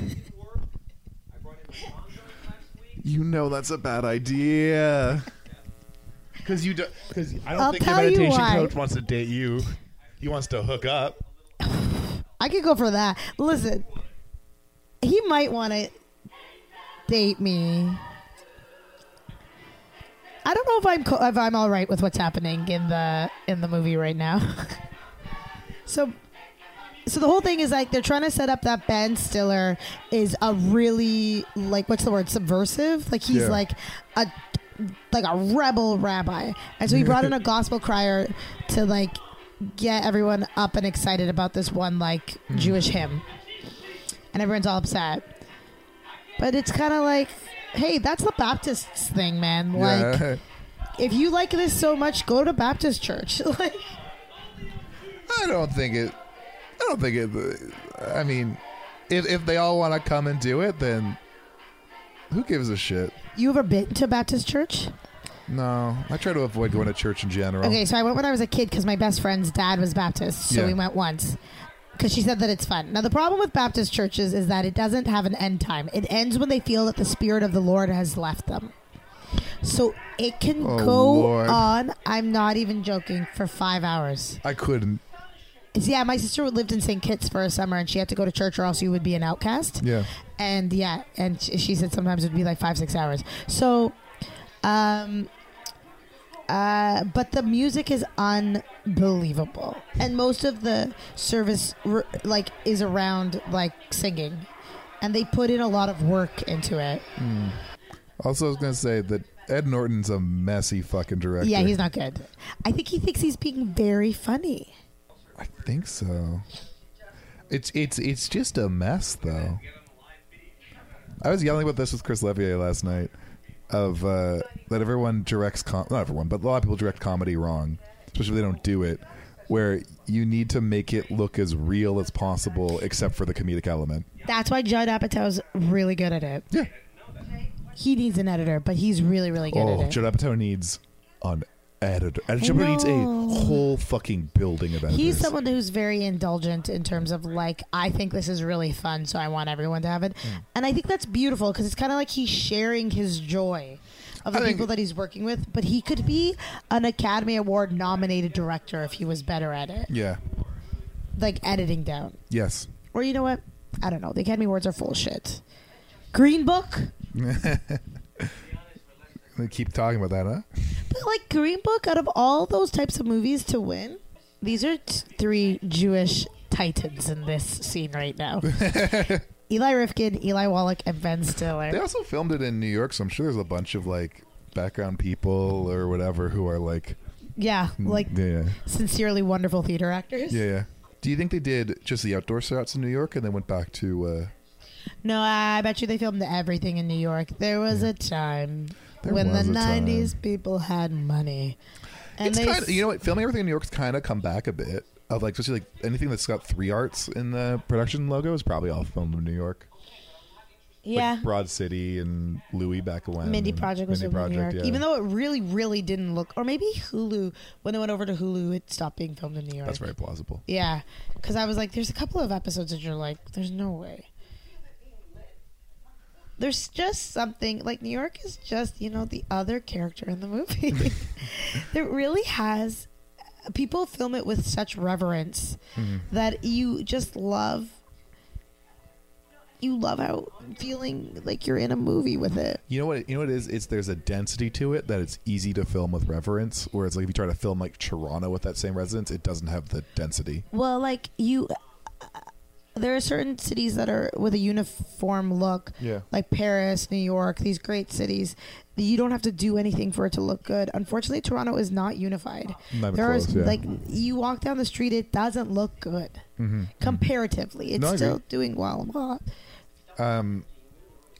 [SPEAKER 2] You know that's a bad idea. Because you don't. Because I don't
[SPEAKER 3] I'll
[SPEAKER 2] think your
[SPEAKER 3] tell you
[SPEAKER 2] meditation
[SPEAKER 3] why.
[SPEAKER 2] coach wants to date you. He wants to hook up.
[SPEAKER 3] I could go for that. Listen, he might want to date me. I don't know if I'm co- if I'm all right with what's happening in the in the movie right now. so, so the whole thing is like they're trying to set up that Ben Stiller is a really like what's the word subversive? Like he's
[SPEAKER 2] Yeah.
[SPEAKER 3] like a like a rebel rabbi, and so he brought in a gospel crier to like get everyone up and excited about this one like Jewish hymn, and everyone's all upset. But it's kind of like, hey, that's the Baptists thing, man. Like,
[SPEAKER 2] yeah.
[SPEAKER 3] if you like this so much, go to Baptist church. like,
[SPEAKER 2] I don't think it. I don't think it. I mean, if if they all want to come and do it, then who gives a shit?
[SPEAKER 3] you ever been to Baptist church?
[SPEAKER 2] No, I try to avoid going to church in general.
[SPEAKER 3] Okay, so I went when I was a kid because my best friend's dad was Baptist, so
[SPEAKER 2] Yeah.
[SPEAKER 3] we went once. Because she said that it's fun. Now, the problem with Baptist churches is that it doesn't have an end time. It ends when they feel that the Spirit of the Lord has left them. So it can
[SPEAKER 2] Oh,
[SPEAKER 3] go
[SPEAKER 2] Lord.
[SPEAKER 3] on, I'm not even joking, for five hours.
[SPEAKER 2] I couldn't.
[SPEAKER 3] It's- Yeah, my sister lived in St. Kitts for a summer and she had to go to church or else you would be an outcast.
[SPEAKER 2] Yeah.
[SPEAKER 3] And yeah, and sh- she said sometimes it would be like five, six hours. So, um, uh, but the music is unbelievable, and most of the service r like is around like singing, and they put in a lot of work into it.
[SPEAKER 2] Also, I was gonna say that Ed Norton's a messy fucking director.
[SPEAKER 3] Yeah, he's not good. I think he thinks he's being very funny.
[SPEAKER 2] I think so. It's it's it's just a mess though. I was yelling about this with Chris Levier last night of uh, that everyone directs com- not everyone, but a lot of people direct comedy wrong, especially if they don't do it. Where you need to make it look as real as possible, except for the comedic element.
[SPEAKER 3] That's why Judd Apatow's really good at it.
[SPEAKER 2] Yeah.
[SPEAKER 3] He needs an editor, but he's really, really good
[SPEAKER 2] Oh,
[SPEAKER 3] at it.
[SPEAKER 2] Judd Apatow needs an editor. And Judd Apatow needs a
[SPEAKER 3] know.
[SPEAKER 2] whole fucking building of editors.
[SPEAKER 3] He's someone who's very indulgent in terms of like, I think this is really fun, so I want everyone to have it.
[SPEAKER 2] Mm.
[SPEAKER 3] And I think that's beautiful because it's kind of like he's sharing his joy of the
[SPEAKER 2] I think-
[SPEAKER 3] people that he's working with. But he could be an Academy Award nominated director if he was better at it,
[SPEAKER 2] Yeah.
[SPEAKER 3] like editing down.
[SPEAKER 2] Yes.
[SPEAKER 3] Or you know what? I don't know. The Academy Awards are full of shit. Green Book,
[SPEAKER 2] They keep talking about that, huh?
[SPEAKER 3] but like Green Book, out of all those types of movies to win, these are t- three Jewish titans in this scene right now. Eli Rifkin, Eli Wallach, and Ben
[SPEAKER 2] They
[SPEAKER 3] Stiller.
[SPEAKER 2] also filmed it in New York, so I'm sure there's a bunch of like background people or whatever who are like,
[SPEAKER 3] Yeah, like
[SPEAKER 2] Mm, yeah, yeah,
[SPEAKER 3] sincerely wonderful theater actors.
[SPEAKER 2] yeah, yeah. Do you think they did just the outdoor shots in New York and then went back to? Uh,
[SPEAKER 3] No, I bet you they filmed everything in New York. There was a time
[SPEAKER 2] There
[SPEAKER 3] when the
[SPEAKER 2] was a time.
[SPEAKER 3] '90s people had money, and
[SPEAKER 2] it's
[SPEAKER 3] they
[SPEAKER 2] kind of you know what filming everything in New York's kind of come back a bit of like especially like anything that's got three arts in the production logo is probably all filmed in New York. Like,
[SPEAKER 3] yeah.
[SPEAKER 2] Broad City and Louis back when
[SPEAKER 3] Mindy
[SPEAKER 2] and
[SPEAKER 3] Project was
[SPEAKER 2] Mindy
[SPEAKER 3] filmed in New York,
[SPEAKER 2] Project, yeah.
[SPEAKER 3] even though it really, really didn't look. Or maybe Hulu. When they went over to Hulu, it stopped being filmed in New York.
[SPEAKER 2] that's very plausible.
[SPEAKER 3] Yeah, because I was like, there's a couple of episodes that you're like, there's no way. There's just something like New York is just you know the other character in the movie. that really has people film it with such reverence that you just love. You love how feeling like you're in a movie with it.
[SPEAKER 2] You know what? You know what it is? It's there's a density to it that it's easy to film with reverence. Whereas like if you try to film like Toronto with that same residence, it doesn't have the density.
[SPEAKER 3] Well, like you, uh, there are certain cities that are with a uniform look.
[SPEAKER 2] Yeah.
[SPEAKER 3] Like Paris, New York, these great cities. that You don't have to do anything for it to look good. Unfortunately, Toronto is not unified.
[SPEAKER 2] Not even
[SPEAKER 3] there
[SPEAKER 2] close,
[SPEAKER 3] is
[SPEAKER 2] yeah. Mm-hmm,
[SPEAKER 3] like you walk down the street, it doesn't look good. Comparatively, it's
[SPEAKER 2] No, I agree.
[SPEAKER 3] still doing well. Well,
[SPEAKER 2] Um,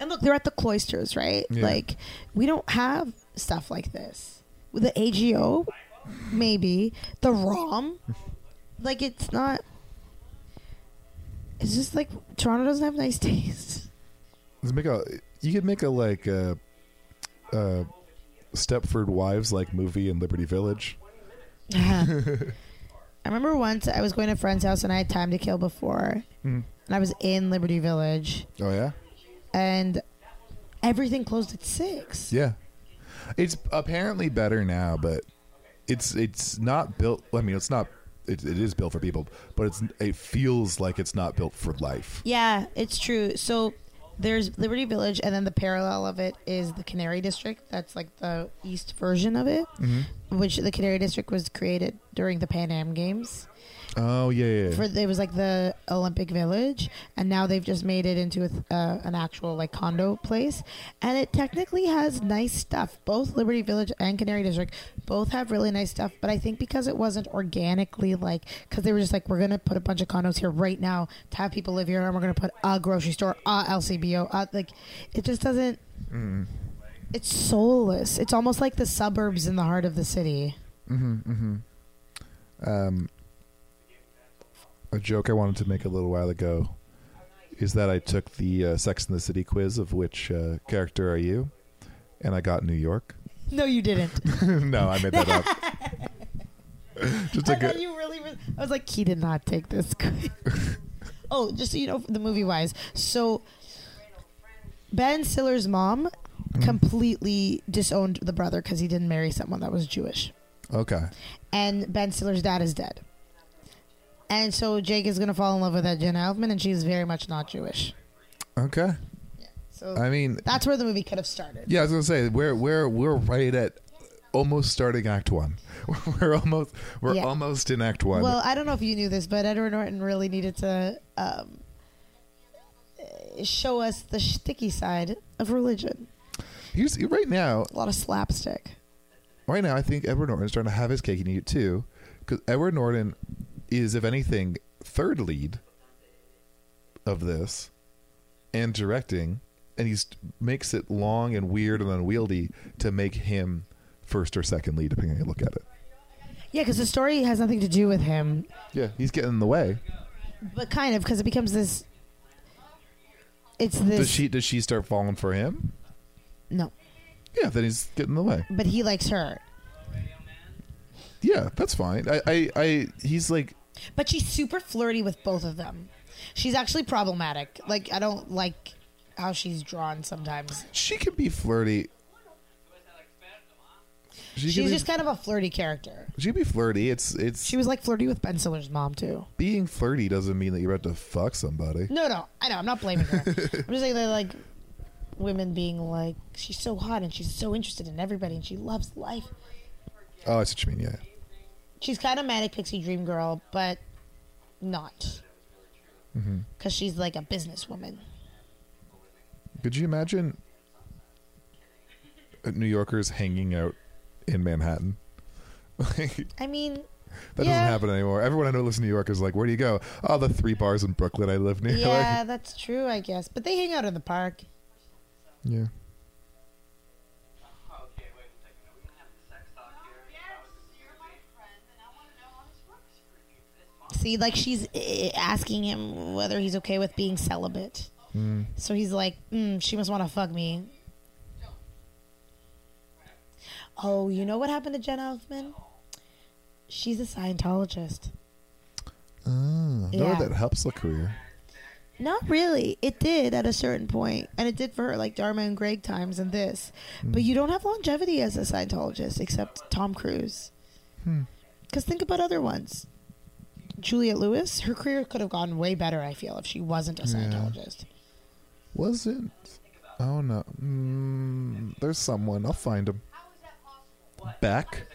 [SPEAKER 3] and look, they're at the cloisters, right?
[SPEAKER 2] Yeah.
[SPEAKER 3] Like we don't have stuff like this. With The AGO, maybe the ROM, like it's not. It's just like Toronto doesn't have nice taste.
[SPEAKER 2] let's make a. You could make a like a, uh Stepford Wives like movie in Liberty Village.
[SPEAKER 3] I remember once I was going to a friend's house and I had time to kill before, and I was in Liberty Village,
[SPEAKER 2] Oh yeah,
[SPEAKER 3] and everything closed at six.
[SPEAKER 2] yeah. It's apparently better now, but it's it's not built. I mean, it's not. It, it is built for people, but it's it feels like it's not built for life.
[SPEAKER 3] Yeah, it's true. So there's Liberty Village, and then the parallel of it is the Canary District. That's like the east version of it, which the Canary District was created during the Pan Am Games.
[SPEAKER 2] Oh yeah, yeah. yeah.
[SPEAKER 3] For it was like the Olympic Village, and now they've just made it into a, th- uh, an actual like condo place, and it technically has nice stuff. Both Liberty Village and Canary District both have really nice stuff, but I think because it wasn't organically like, because they were just like, we're gonna put a bunch of condos here right now to have people live here, and we're gonna put a grocery store, a LCBO, a, like, it just doesn't. It's soulless. It's almost like the suburbs in the heart of the city.
[SPEAKER 2] a joke I wanted to make a little while ago is that I took the uh, Sex in the City quiz of which uh, character are you, and I got New York.
[SPEAKER 3] No, you didn't.
[SPEAKER 2] no, I made that up. Just a
[SPEAKER 3] I thought
[SPEAKER 2] good.
[SPEAKER 3] you really. Re- I was like, he did not take this. quiz." oh, just so you know, the movie wise. So, Ben Stiller's mom
[SPEAKER 2] Mm-hmm.
[SPEAKER 3] completely disowned the brother because he didn't marry someone that was Jewish,
[SPEAKER 2] Okay.
[SPEAKER 3] and Ben Stiller's dad is dead. And so Jake is gonna fall in love with that Jen Elfman, and she's very much not Jewish.
[SPEAKER 2] Okay.
[SPEAKER 3] So
[SPEAKER 2] I mean,
[SPEAKER 3] that's where the movie could have started.
[SPEAKER 2] yeah, I was gonna say we're we're we're right at almost starting Act One. We're almost we're
[SPEAKER 3] Yeah.
[SPEAKER 2] almost in Act One.
[SPEAKER 3] Well, I don't know if you knew this, but Edward Norton really needed to um, uh, show us the sticky side of religion.
[SPEAKER 2] Here's right now.
[SPEAKER 3] A lot of slapstick.
[SPEAKER 2] right now, I think Edward Norton is trying to have his cake and eat it too, because Edward Norton is, if anything, third lead of this and directing, and he's makes it long and weird and unwieldy to make him first or second lead, depending on how you look at it.
[SPEAKER 3] Yeah, because the story has nothing to do with him,
[SPEAKER 2] Yeah, he's getting in the way.
[SPEAKER 3] but kind of because it becomes this. It's this.
[SPEAKER 2] Does she? Does she start falling for him?
[SPEAKER 3] no,
[SPEAKER 2] Yeah, then he's getting in the way.
[SPEAKER 3] but he likes her.
[SPEAKER 2] Yeah, that's fine. I, I, I he's like,
[SPEAKER 3] But she's super flirty with both of them. She's actually problematic. Like I don't like how she's drawn sometimes.
[SPEAKER 2] she can be flirty. She can
[SPEAKER 3] She's
[SPEAKER 2] be-
[SPEAKER 3] just kind of a flirty character.
[SPEAKER 2] she can be flirty. It's it's
[SPEAKER 3] She was like flirty with Ben Stiller's mom too.
[SPEAKER 2] being flirty doesn't mean that you're about to fuck somebody.
[SPEAKER 3] No, no, I know. I'm not blaming her. I'm just saying that, like, women being like, she's so hot and she's so interested in everybody and she loves life.
[SPEAKER 2] Oh, that's what you mean, yeah.
[SPEAKER 3] She's kind of manic pixie dream girl, but not because she's like a businesswoman.
[SPEAKER 2] Could you imagine New Yorkers hanging out in Manhattan? Like,
[SPEAKER 3] I mean,
[SPEAKER 2] that
[SPEAKER 3] Yeah.
[SPEAKER 2] doesn't happen anymore. Everyone I know lives in New York is like, "Where do you go?" Oh, the three bars in Brooklyn I live near. Like,
[SPEAKER 3] yeah, that's true, I guess. But they hang out in the park.
[SPEAKER 2] yeah.
[SPEAKER 3] See, like she's eh, asking him whether he's okay with being celibate. So he's like, mm, she must want to fuck me. Oh, you know what happened to Jen Elfman? She's a Scientologist.
[SPEAKER 2] Oh,
[SPEAKER 3] Yeah.
[SPEAKER 2] that helps the career.
[SPEAKER 3] Not really. It did at a certain point, and it did for her, like Dharma and Greg times and this. But you don't have longevity as a Scientologist, except Tom Cruise. Because think about other ones. Juliet Lewis, her career could have gone way better. I feel if she wasn't a Scientologist.
[SPEAKER 2] Wasn't. Oh no. Mm, there's someone. I'll find him. Beck.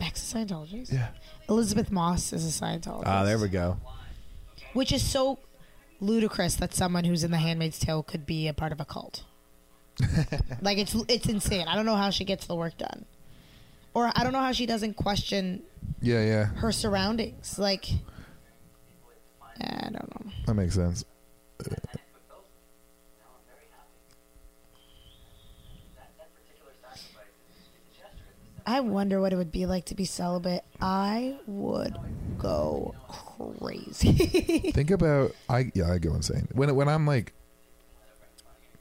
[SPEAKER 3] Beck's a Scientologist.
[SPEAKER 2] Yeah.
[SPEAKER 3] Elizabeth Moss is a Scientologist.
[SPEAKER 2] Ah, there we go.
[SPEAKER 3] Which is so ludicrous that someone who's in The Handmaid's Tale could be a part of a cult. like it's it's insane. I don't know how she gets the work done, or I don't know how she doesn't question
[SPEAKER 2] Yeah, yeah.
[SPEAKER 3] her surroundings. Like, I don't know.
[SPEAKER 2] That makes sense.
[SPEAKER 3] I wonder what it would be like to be celibate. I would go crazy.
[SPEAKER 2] Think about I yeah I go insane when when I'm like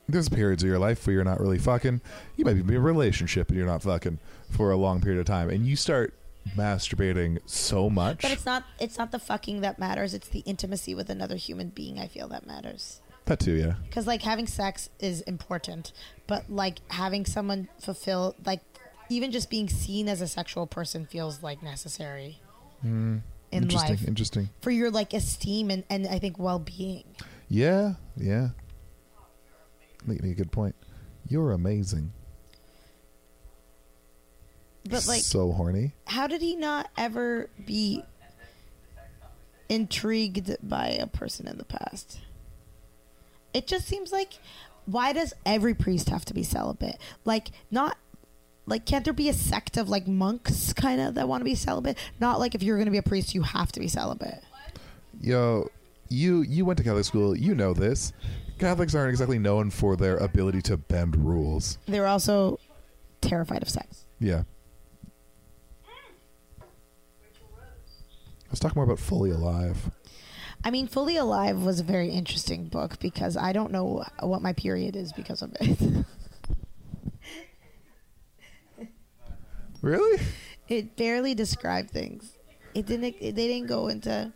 [SPEAKER 2] there's periods of your life where you're not really fucking you might be in a relationship and you're not fucking for a long period of time and you start masturbating so much
[SPEAKER 3] but it's not. It's not the fucking that matters. It's the intimacy with another human being. I feel that matters.
[SPEAKER 2] that too yeah
[SPEAKER 3] Because like having sex is important, but like having someone fulfill like even just being seen as a sexual person feels like necessary in
[SPEAKER 2] interesting
[SPEAKER 3] life
[SPEAKER 2] interesting
[SPEAKER 3] for your like esteem and and I think well being.
[SPEAKER 2] yeah yeah make me a good point you're amazing
[SPEAKER 3] But like
[SPEAKER 2] so horny
[SPEAKER 3] how did he not ever be intrigued by a person in the past? It just seems like why does every priest have to be celibate? Like not like can't there be a sect of like monks kind of that want to be celibate? Not like if you're going to be a priest you have to be celibate.
[SPEAKER 2] yo you you went to Catholic school you know this Catholics aren't exactly known for their ability to bend rules
[SPEAKER 3] They're also terrified of sex.
[SPEAKER 2] Yeah. Let's talk more about Fully Alive.
[SPEAKER 3] I mean, Fully Alive was a very interesting book because I don't know what my period is because of it.
[SPEAKER 2] Really?
[SPEAKER 3] it barely described things. It didn't. It, they didn't go into.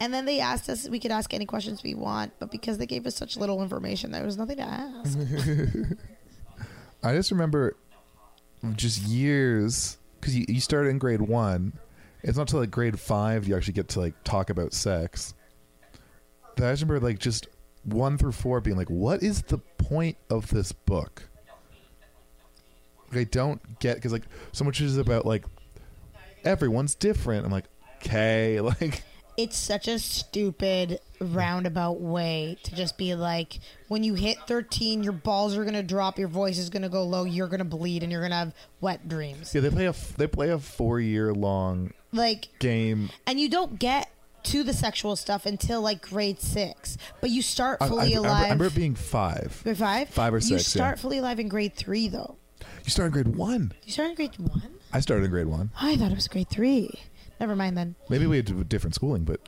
[SPEAKER 3] And then they asked us we could ask any questions we want, but because they gave us such little information, there was nothing to ask.
[SPEAKER 2] I just remember just years because you, you started in grade one. It's not till like grade five you actually get to like talk about sex. But I just remember like just one through four being like, what is the point of this book? Like, I don't get because like so much is about like everyone's different. I'm like, okay, like
[SPEAKER 3] It's such a stupid roundabout way to just be like, when you hit thirteen, your balls are gonna drop, your voice is gonna go low, you're gonna bleed, and you're gonna have wet dreams.
[SPEAKER 2] Yeah, they play a they play a four year long
[SPEAKER 3] Like
[SPEAKER 2] game.
[SPEAKER 3] and you don't get to the sexual stuff until like grade six, but you start
[SPEAKER 2] I- I-
[SPEAKER 3] fully
[SPEAKER 2] I, remember-
[SPEAKER 3] alive.
[SPEAKER 2] I remember it being five.
[SPEAKER 3] grade five,
[SPEAKER 2] Five or
[SPEAKER 3] You
[SPEAKER 2] six, yeah.
[SPEAKER 3] start fully alive in grade three, though.
[SPEAKER 2] You started in grade one.
[SPEAKER 3] You started in grade one.
[SPEAKER 2] I started in grade one.
[SPEAKER 3] I thought it was grade three. Never mind then.
[SPEAKER 2] Maybe we had different schooling, but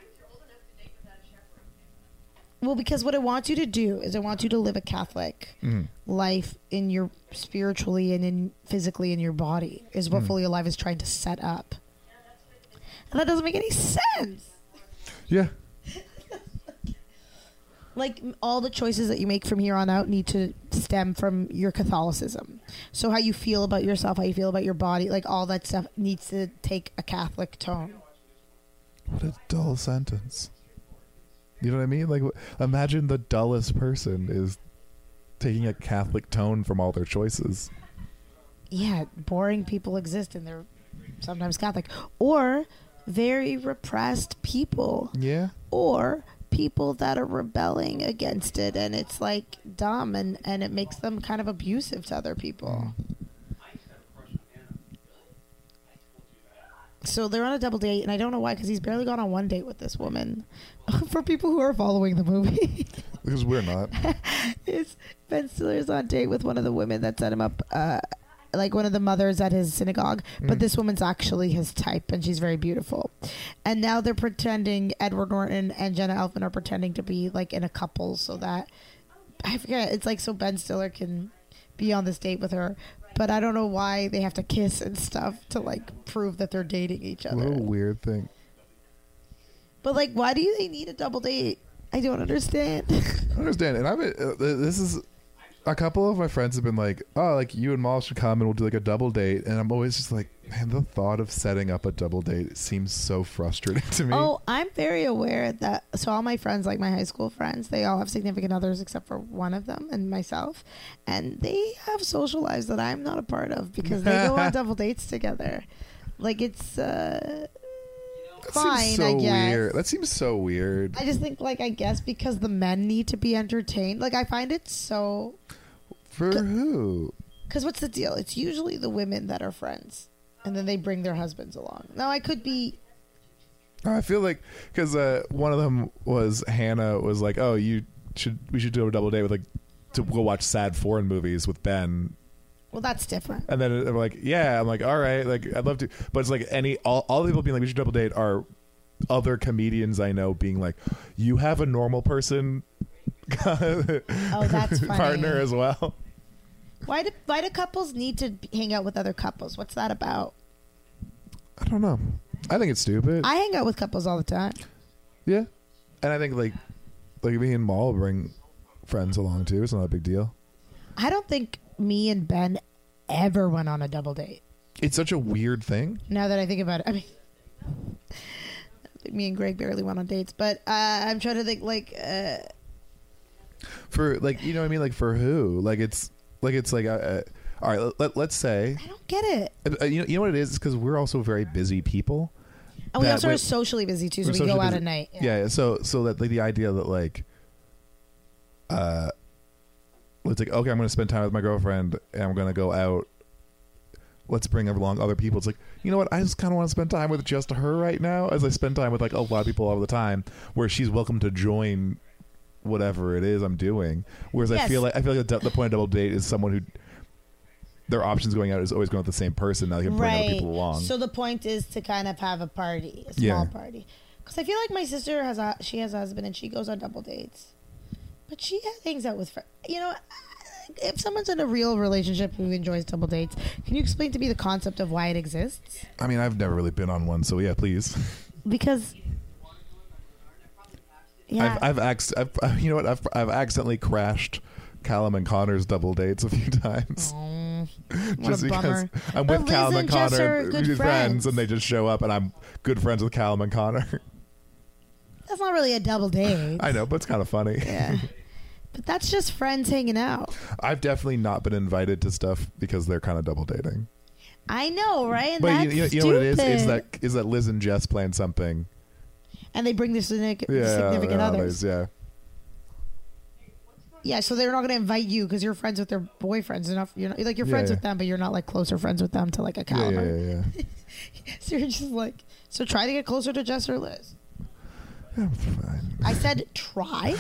[SPEAKER 3] Well, because what it wants you to do is it wants you to live a Catholic life in your spiritually and in physically in your body is what fully alive is trying to set up, and that doesn't make any sense.
[SPEAKER 2] yeah,
[SPEAKER 3] like m- all the choices that you make from here on out need to stem from your Catholicism. So how you feel about yourself, how you feel about your body, like all that stuff needs to take a Catholic tone.
[SPEAKER 2] what a dull sentence. You know what I mean? Like, wh- imagine the dullest person is taking a Catholic tone from all their choices.
[SPEAKER 3] Yeah, boring people exist and they're sometimes Catholic or very repressed people
[SPEAKER 2] Yeah,
[SPEAKER 3] or people that are rebelling against it, and it's like dumb, and and it makes them kind of abusive to other people. So they're on a double date, and I don't know why, because he's barely gone on one date with this woman. For people who are following the movie,
[SPEAKER 2] Because we're not.
[SPEAKER 3] it's Ben Stiller's on date with one of the women that set him up, uh, like one of the mothers at his synagogue. But this woman's actually his type, and she's very beautiful. And now they're pretending Edward Norton and Jenna Elfman are pretending to be like in a couple, so that I forget. It's like so Ben Stiller can be on this date with her. But I don't know why they have to kiss and stuff to like prove that they're dating each
[SPEAKER 2] What
[SPEAKER 3] other.
[SPEAKER 2] a weird thing.
[SPEAKER 3] But like, why do they need a double date? I don't understand.
[SPEAKER 2] I understand, and I've been, uh, this is a couple of my friends have been like, "Oh, like you and Maul should come, and we'll do like a double date." And I'm always just like, "Man, the thought of setting up a double date seems so frustrating to me."
[SPEAKER 3] Oh, I'm very aware that so all my friends, like my high school friends, they all have significant others except for one of them and myself, and they have social lives that I'm not a part of because they go on double dates together. Like it's uh,
[SPEAKER 2] that
[SPEAKER 3] fine,
[SPEAKER 2] seems so
[SPEAKER 3] I guess.
[SPEAKER 2] weird. That seems so weird.
[SPEAKER 3] I just think like I guess because the men need to be entertained. Like I find it so
[SPEAKER 2] For who?
[SPEAKER 3] because what's the deal? It's usually the women that are friends, and then they bring their husbands along. Now I could be
[SPEAKER 2] I feel like because uh, one of them was Hannah was like, "Oh, you should we should do a double date with like to go watch sad foreign movies with Ben."
[SPEAKER 3] well, that's different.
[SPEAKER 2] And then I'm like, yeah, I'm like, all right, like I'd love to, but it's like any all, all the people being like, we should double date are other comedians I know being like, you have a normal person
[SPEAKER 3] Oh, that's funny.
[SPEAKER 2] partner as well.
[SPEAKER 3] Why do why do couples need to hang out with other couples? What's that about?
[SPEAKER 2] I don't know. I think it's stupid.
[SPEAKER 3] I hang out with couples all the time.
[SPEAKER 2] yeah, and I think like like me and Maul bring friends along too. It's not a big deal.
[SPEAKER 3] I don't think me and Ben ever went on a double date.
[SPEAKER 2] It's such a weird thing.
[SPEAKER 3] Now that I think about it, I mean, me and Greg barely went on dates. But uh, I'm trying to think, like, uh,
[SPEAKER 2] for like you know what I mean like for who like it's like it's like uh, uh, all right let, let's say
[SPEAKER 3] I don't get it.
[SPEAKER 2] uh, you know you know what it is because we're also very busy people.
[SPEAKER 3] And we
[SPEAKER 2] That
[SPEAKER 3] also
[SPEAKER 2] way-
[SPEAKER 3] are socially busy too, so
[SPEAKER 2] We're
[SPEAKER 3] we
[SPEAKER 2] socially
[SPEAKER 3] go out
[SPEAKER 2] busy.
[SPEAKER 3] at night.
[SPEAKER 2] Yeah. yeah, so so that like the idea that like uh it's like okay, I'm going to spend time with my girlfriend and I'm going to go out let's bring along other people. It's like, you know what? I just kind of want to spend time with just her right now as I spend time with like a lot of people all the time where she's welcome to join whatever it is I'm doing. Whereas I
[SPEAKER 3] Yes.
[SPEAKER 2] feel like I feel like the, the point of double date is someone who their options going out is always going with the same person. Now they can bring other people along.
[SPEAKER 3] So the point is to kind of have a party, a small
[SPEAKER 2] Yeah.
[SPEAKER 3] party. Because I feel like my sister has a she has a husband and she goes on double dates, but she hangs out with friends. You know, if someone's in a real relationship who enjoys double dates, can you explain to me the concept of why it exists?
[SPEAKER 2] I mean, I've never really been on one, so yeah, please.
[SPEAKER 3] Because yeah,
[SPEAKER 2] I've, I've, acc- I've, I've- you know what? I've, I've accidentally crashed Callum and Connor's double dates a few times.
[SPEAKER 3] what a bummer.
[SPEAKER 2] I'm
[SPEAKER 3] But
[SPEAKER 2] with Callum
[SPEAKER 3] Liz
[SPEAKER 2] and
[SPEAKER 3] Jess
[SPEAKER 2] Connor,
[SPEAKER 3] are
[SPEAKER 2] we're
[SPEAKER 3] good
[SPEAKER 2] friends. and they just show up, and I'm good friends with Callum and Connor.
[SPEAKER 3] that's not really a double date.
[SPEAKER 2] I know, but it's kind of funny.
[SPEAKER 3] yeah, but that's just friends hanging out.
[SPEAKER 2] I've definitely not been invited to stuff because they're kind of double dating.
[SPEAKER 3] I know, right? And
[SPEAKER 2] But
[SPEAKER 3] that's
[SPEAKER 2] you, you, know, you know what it is? Is
[SPEAKER 3] stupid.
[SPEAKER 2] that is that Liz and Jess plan something?
[SPEAKER 3] and they bring their signific-
[SPEAKER 2] Yeah,
[SPEAKER 3] significant
[SPEAKER 2] yeah,
[SPEAKER 3] others.
[SPEAKER 2] Yeah.
[SPEAKER 3] Yeah, so they're not going to invite you because you're friends with their boyfriends. You're not, you're not like you're
[SPEAKER 2] Yeah,
[SPEAKER 3] friends
[SPEAKER 2] yeah.
[SPEAKER 3] with them, but you're not like closer friends with them to like a
[SPEAKER 2] Yeah,
[SPEAKER 3] caliber.
[SPEAKER 2] yeah, yeah, yeah.
[SPEAKER 3] So you're just like, so try to get closer to Jess or Liz.
[SPEAKER 2] I'm fine.
[SPEAKER 3] I said try.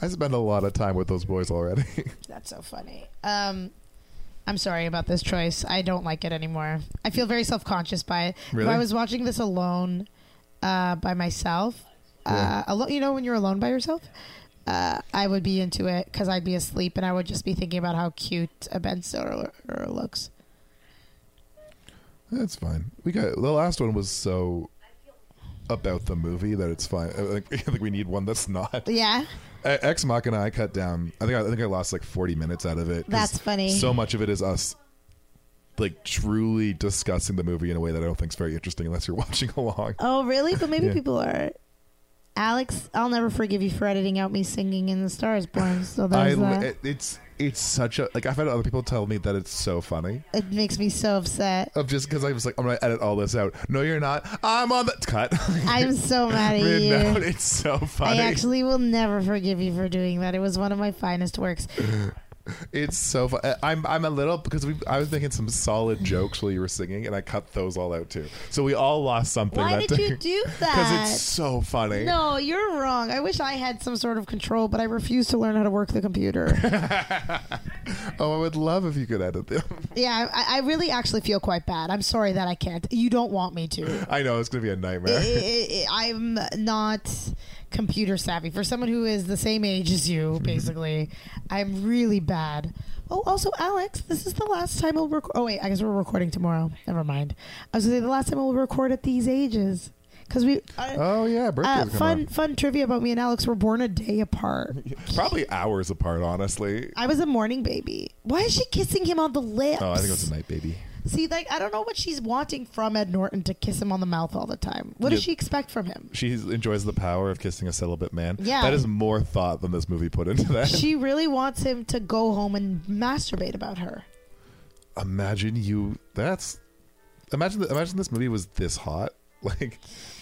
[SPEAKER 2] I spend a lot of time with those boys already.
[SPEAKER 3] That's so funny. Um, I'm sorry about this choice. I don't like it anymore. I feel very self conscious by it.
[SPEAKER 2] Really?
[SPEAKER 3] If I was watching this alone, uh, by myself,
[SPEAKER 2] Yeah.
[SPEAKER 3] uh, alo- you know, when you're alone by yourself, uh, I would be into it because I'd be asleep and I would just be thinking about how cute a Ben Stiller looks.
[SPEAKER 2] That's fine. We got the last one was so about the movie that it's fine. I think, I think we need one that's not.
[SPEAKER 3] Yeah.
[SPEAKER 2] Uh, Ex Machina, I cut down. I think I, I think I lost like forty minutes out of it. 'cause
[SPEAKER 3] That's funny.
[SPEAKER 2] So much of it is us like truly discussing the movie in a way that I don't think is very interesting unless you're watching along.
[SPEAKER 3] Oh, really? But maybe
[SPEAKER 2] Yeah.
[SPEAKER 3] people are. Alex, I'll never forgive you for editing out me singing in the stars born. So
[SPEAKER 2] I
[SPEAKER 3] there's that.
[SPEAKER 2] it, it's it's such a like I've had other people tell me that it's so funny.
[SPEAKER 3] It makes me so upset.
[SPEAKER 2] Of just because I was like, I'm gonna edit all this out. No, you're not. I'm on the cut.
[SPEAKER 3] I'm so mad at
[SPEAKER 2] Written
[SPEAKER 3] you.
[SPEAKER 2] out. It's so
[SPEAKER 3] I
[SPEAKER 2] funny.
[SPEAKER 3] actually will never forgive you for doing that. It was one of my finest works.
[SPEAKER 2] It's so fun. I'm I'm a little because we I was making some solid jokes while you were singing, and I cut those all out too. So we all lost something.
[SPEAKER 3] Why
[SPEAKER 2] that
[SPEAKER 3] did you do that?
[SPEAKER 2] Because it's so funny.
[SPEAKER 3] No, you're wrong. I wish I had some sort of control, but I refuse to learn how to work the computer.
[SPEAKER 2] Oh, I would love if you could edit them.
[SPEAKER 3] yeah, I, I really actually feel quite bad. I'm sorry that I can't. You don't want me to.
[SPEAKER 2] I know it's gonna be a nightmare.
[SPEAKER 3] I, I, I'm not computer savvy. For someone who is the same age as
[SPEAKER 2] Mm-hmm.
[SPEAKER 3] you, basically, I'm really bad. Oh, also, Alex, this is the last time I'll record. Oh, wait, I guess we're recording tomorrow. Never mind. I was going to say the last time we'll record at these ages. Because we. I-
[SPEAKER 2] oh yeah,
[SPEAKER 3] uh,
[SPEAKER 2] birthday's coming
[SPEAKER 3] fun,
[SPEAKER 2] up.
[SPEAKER 3] fun trivia about me and Alex were born a day apart.
[SPEAKER 2] Probably hours apart, honestly.
[SPEAKER 3] I was a morning baby. Why is she kissing him on the lips?
[SPEAKER 2] Oh, I think it was a night baby.
[SPEAKER 3] See, like I don't know what she's wanting from Ed Norton to kiss him on the mouth all the time. What does
[SPEAKER 2] Yeah.
[SPEAKER 3] she expect from him?
[SPEAKER 2] She enjoys the power of kissing a celibate man.
[SPEAKER 3] Yeah.
[SPEAKER 2] that is more thought than this movie put into that.
[SPEAKER 3] She really wants him to go home and masturbate about her.
[SPEAKER 2] imagine you. That's imagine. th- Imagine this movie was this hot. Like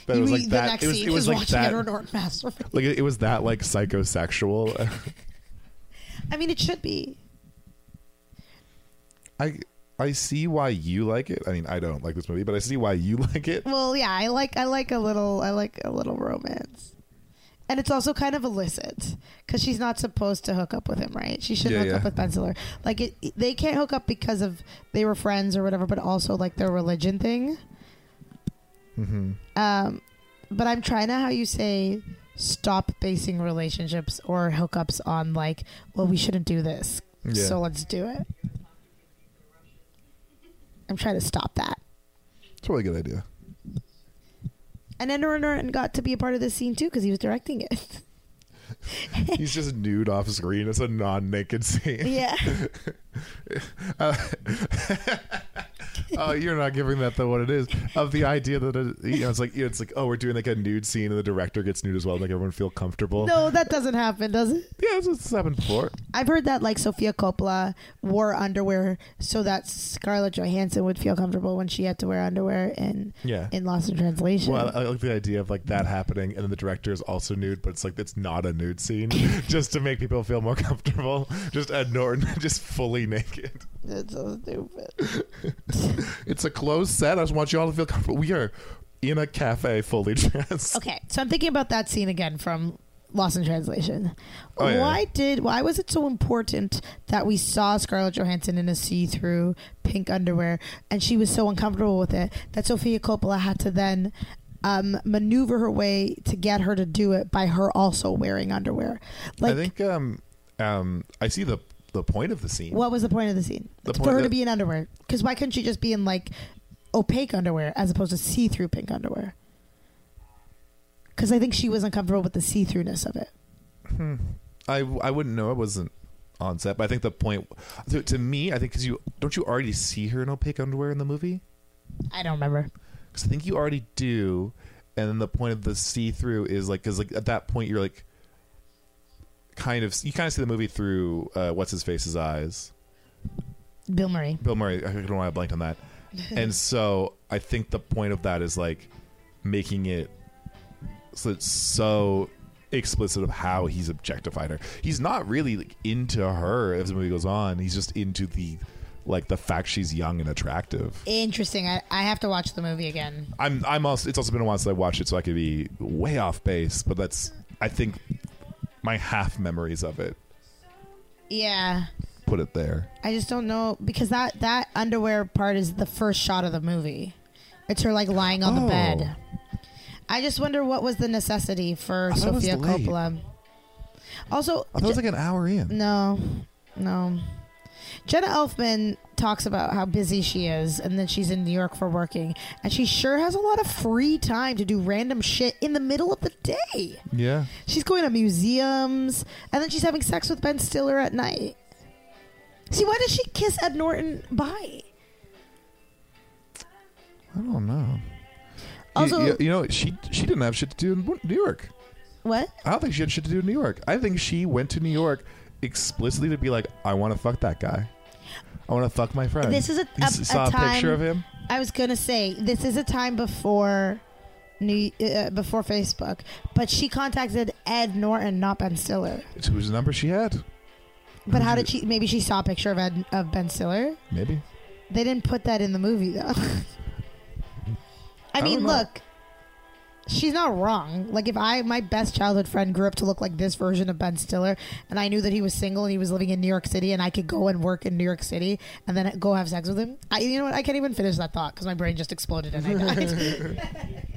[SPEAKER 2] that it was
[SPEAKER 3] We-
[SPEAKER 2] like
[SPEAKER 3] the
[SPEAKER 2] that.
[SPEAKER 3] next
[SPEAKER 2] It was,
[SPEAKER 3] scene
[SPEAKER 2] it was
[SPEAKER 3] is
[SPEAKER 2] like
[SPEAKER 3] watching
[SPEAKER 2] that.
[SPEAKER 3] Edward Norton masturbate.
[SPEAKER 2] Like it it was that like psychosexual.
[SPEAKER 3] I mean, it should be.
[SPEAKER 2] I I see why you like it. I mean, I don't like this movie, but I see why you like it.
[SPEAKER 3] Well, yeah, I like I like a little I like a little romance, and it's also kind of illicit because she's not supposed to hook up with him, right? She shouldn't
[SPEAKER 2] Yeah,
[SPEAKER 3] hook
[SPEAKER 2] yeah.
[SPEAKER 3] up with Penciler. Like it, they can't hook up because of they were friends or whatever, but also like their religion thing. Mm-hmm. Um, but I'm trying to how you say stop basing relationships or hookups on like well we shouldn't do this
[SPEAKER 2] Yeah.
[SPEAKER 3] so let's do it i'm trying to stop that
[SPEAKER 2] It's a really good idea.
[SPEAKER 3] and then Norton got to be a part of this scene too because he was directing it.
[SPEAKER 2] He's just nude off screen. It's a non-naked scene.
[SPEAKER 3] yeah.
[SPEAKER 2] Oh, you're not giving that the what it is of the idea that it, you know, it's like you know, it's like oh, we're doing like a nude scene and the director gets nude as well, to make everyone feel comfortable.
[SPEAKER 3] No, that doesn't happen, does it?
[SPEAKER 2] Yeah, this has happened before.
[SPEAKER 3] I've heard that like Sofia Coppola wore underwear so that Scarlett Johansson would feel comfortable when she had to wear underwear in
[SPEAKER 2] Yeah.
[SPEAKER 3] in Lost in Translation.
[SPEAKER 2] Well, uh, I like the idea of like that happening, and then the director is also nude, but it's like it's not a nude scene, just to make people feel more comfortable. Just Ed Norton, just fully naked.
[SPEAKER 3] That's so stupid.
[SPEAKER 2] It's a closed set. I just want you all to feel comfortable. We are in a cafe, fully dressed.
[SPEAKER 3] Okay, so I'm thinking about that scene again from Lost in Translation.
[SPEAKER 2] Oh, yeah.
[SPEAKER 3] Why did why was it so important that we saw Scarlett Johansson in a see-through pink underwear and she was so uncomfortable with it that Sofia Coppola had to then um, maneuver her way to get her to do it by her also wearing underwear. Like
[SPEAKER 2] I think um, um, I see the the point of the scene.
[SPEAKER 3] what was the point of the scene?
[SPEAKER 2] The
[SPEAKER 3] For
[SPEAKER 2] point
[SPEAKER 3] her to
[SPEAKER 2] that-
[SPEAKER 3] be in underwear. Cuz why couldn't she just be in like opaque underwear as opposed to see-through pink underwear? Cuz I think she was uncomfortable with the see-throughness of it.
[SPEAKER 2] I I wouldn't know. I wasn't on set, but I think the point to, to me, I think because you don't you already see her in opaque underwear in the movie.
[SPEAKER 3] I don't remember.
[SPEAKER 2] because I think you already do. And then the point of the see through is like because like at that point you're like kind of you kind of see the movie through uh, what's his face's eyes.
[SPEAKER 3] Bill Murray.
[SPEAKER 2] Bill Murray. I don't know why I blanked on that. and so I think the point of that is like making it so it's so explicit of how he's objectified her. He's not really like into her as the movie goes on. He's just into the like the fact she's young and attractive.
[SPEAKER 3] Interesting. I, I have to watch the movie again.
[SPEAKER 2] I'm I'm also it's also been a while since I watched it, so I could be way off base. But that's I think my half memories of it
[SPEAKER 3] Yeah.
[SPEAKER 2] put it there.
[SPEAKER 3] I just don't know because that that underwear part is the first shot of the movie. It's her like lying on
[SPEAKER 2] Oh.
[SPEAKER 3] the bed. I just wonder what was the necessity for
[SPEAKER 2] I thought it was
[SPEAKER 3] Sofia
[SPEAKER 2] late.
[SPEAKER 3] Coppola. Also,
[SPEAKER 2] I thought it was like an hour in.
[SPEAKER 3] no, no. Jenna Elfman talks about how busy she is, and then she's in New York for working, and she sure has a lot of free time to do random shit in the middle of the day.
[SPEAKER 2] Yeah,
[SPEAKER 3] She's going to museums, and then she's having sex with Ben Stiller at night. See, why does she kiss Ed Norton? Bye.
[SPEAKER 2] I don't know.
[SPEAKER 3] Also-
[SPEAKER 2] you, you- you know she she didn't have shit to do in New York.
[SPEAKER 3] What?
[SPEAKER 2] I don't think she had shit to do in New York. I think she went to New York explicitly to be like, I want to fuck that guy. I want to fuck my friend.
[SPEAKER 3] This is a,
[SPEAKER 2] You
[SPEAKER 3] a,
[SPEAKER 2] s- saw
[SPEAKER 3] a
[SPEAKER 2] a
[SPEAKER 3] time.
[SPEAKER 2] picture of him.
[SPEAKER 3] I was gonna say this is a time before new uh, before Facebook, but she contacted Ed Norton, not Ben Stiller.
[SPEAKER 2] It's whose number she had.
[SPEAKER 3] But how
[SPEAKER 2] Who's
[SPEAKER 3] did she? Maybe she saw a picture of Ed, of Ben Stiller.
[SPEAKER 2] Maybe.
[SPEAKER 3] They didn't put that in the movie though. I
[SPEAKER 2] I
[SPEAKER 3] mean,
[SPEAKER 2] don't know.
[SPEAKER 3] look, she's not wrong. Like if I my best childhood friend grew up to look like this version of Ben Stiller and I knew that he was single and he was living in New York City and I could go and work in New York City and then go have sex with him. I you know what? I can't even finish that thought cuz my brain just exploded and I died.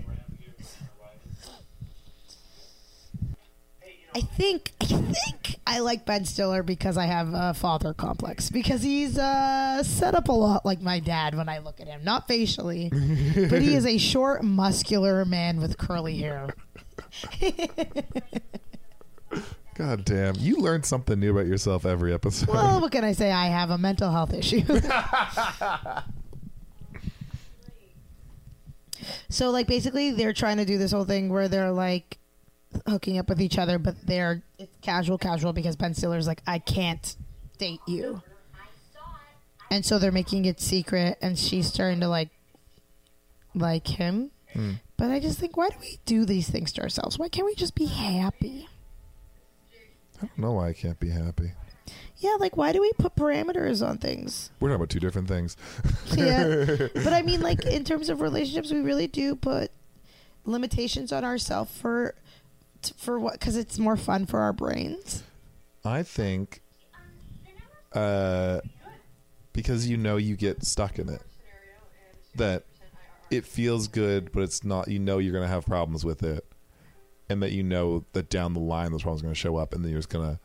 [SPEAKER 3] I think I think I like Ben Stiller because I have a father complex because he's uh, set up a lot like my dad when I look at him, not facially, but he is a short, muscular man with curly hair.
[SPEAKER 2] God damn. You learn something new about yourself every episode.
[SPEAKER 3] Well, what can I say? I have a mental health issue. so, like, basically, they're trying to do this whole thing where they're like hooking up with each other, but they're it's casual, casual because Ben Stiller's like, I can't date you. And so they're making it secret, and she's starting to like, like him. But I just think, why do we do these things to ourselves? Why can't we just be happy?
[SPEAKER 2] I don't know why I can't be happy.
[SPEAKER 3] Yeah, like, why do we put parameters on things?
[SPEAKER 2] We're talking about two different things.
[SPEAKER 3] yeah. But I mean, like in terms of relationships, we really do put limitations on ourselves for t- for what because it's more fun for our brains.
[SPEAKER 2] I think uh, because you know you get stuck in it, that it feels good, but it's not. You know you're gonna have problems with it, and that you know that down the line those problems are gonna show up, and then you're just gonna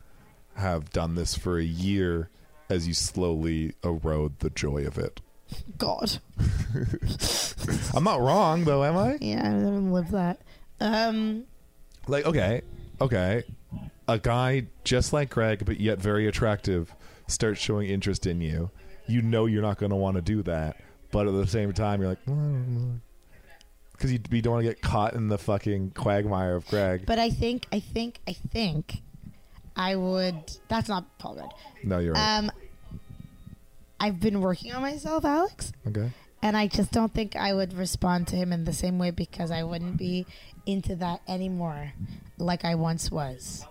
[SPEAKER 2] have done this for a year as you slowly erode the joy of it.
[SPEAKER 3] God,
[SPEAKER 2] I'm not wrong though, am I?
[SPEAKER 3] yeah, I haven't lived that. Um,
[SPEAKER 2] like okay okay a guy just like greg but yet very attractive starts showing interest in you you know you're not going to want to do that but at the same time you're like "Mm, because you, you don't want to get caught in the fucking quagmire of greg
[SPEAKER 3] but I think, I think, I think, I would. That's not Paul Rudd.
[SPEAKER 2] no you're right
[SPEAKER 3] Um, I've been working on myself, Alex,
[SPEAKER 2] okay
[SPEAKER 3] and I just don't think I would respond to him in the same way because I wouldn't be into that anymore, like I once was,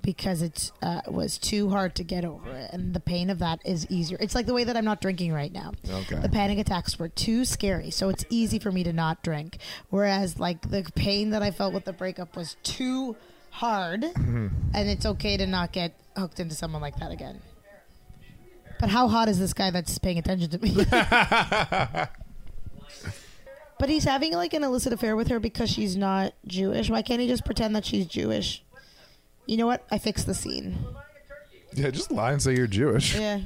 [SPEAKER 3] because it uh, was too hard to get over it, and the pain of that is easier. It's like the way that I'm not drinking right now.
[SPEAKER 2] Okay.
[SPEAKER 3] The panic attacks were too scary, so it's easy for me to not drink. Whereas, like the pain that I felt with the breakup was too hard, and it's okay to not get hooked into someone like that again. But how hot is this guy that's paying attention to me? But he's having like an illicit affair with her because she's not Jewish. Why can't he just pretend that she's Jewish? You know what? I fixed the scene.
[SPEAKER 2] yeah just lie and say you're jewish
[SPEAKER 3] Yeah.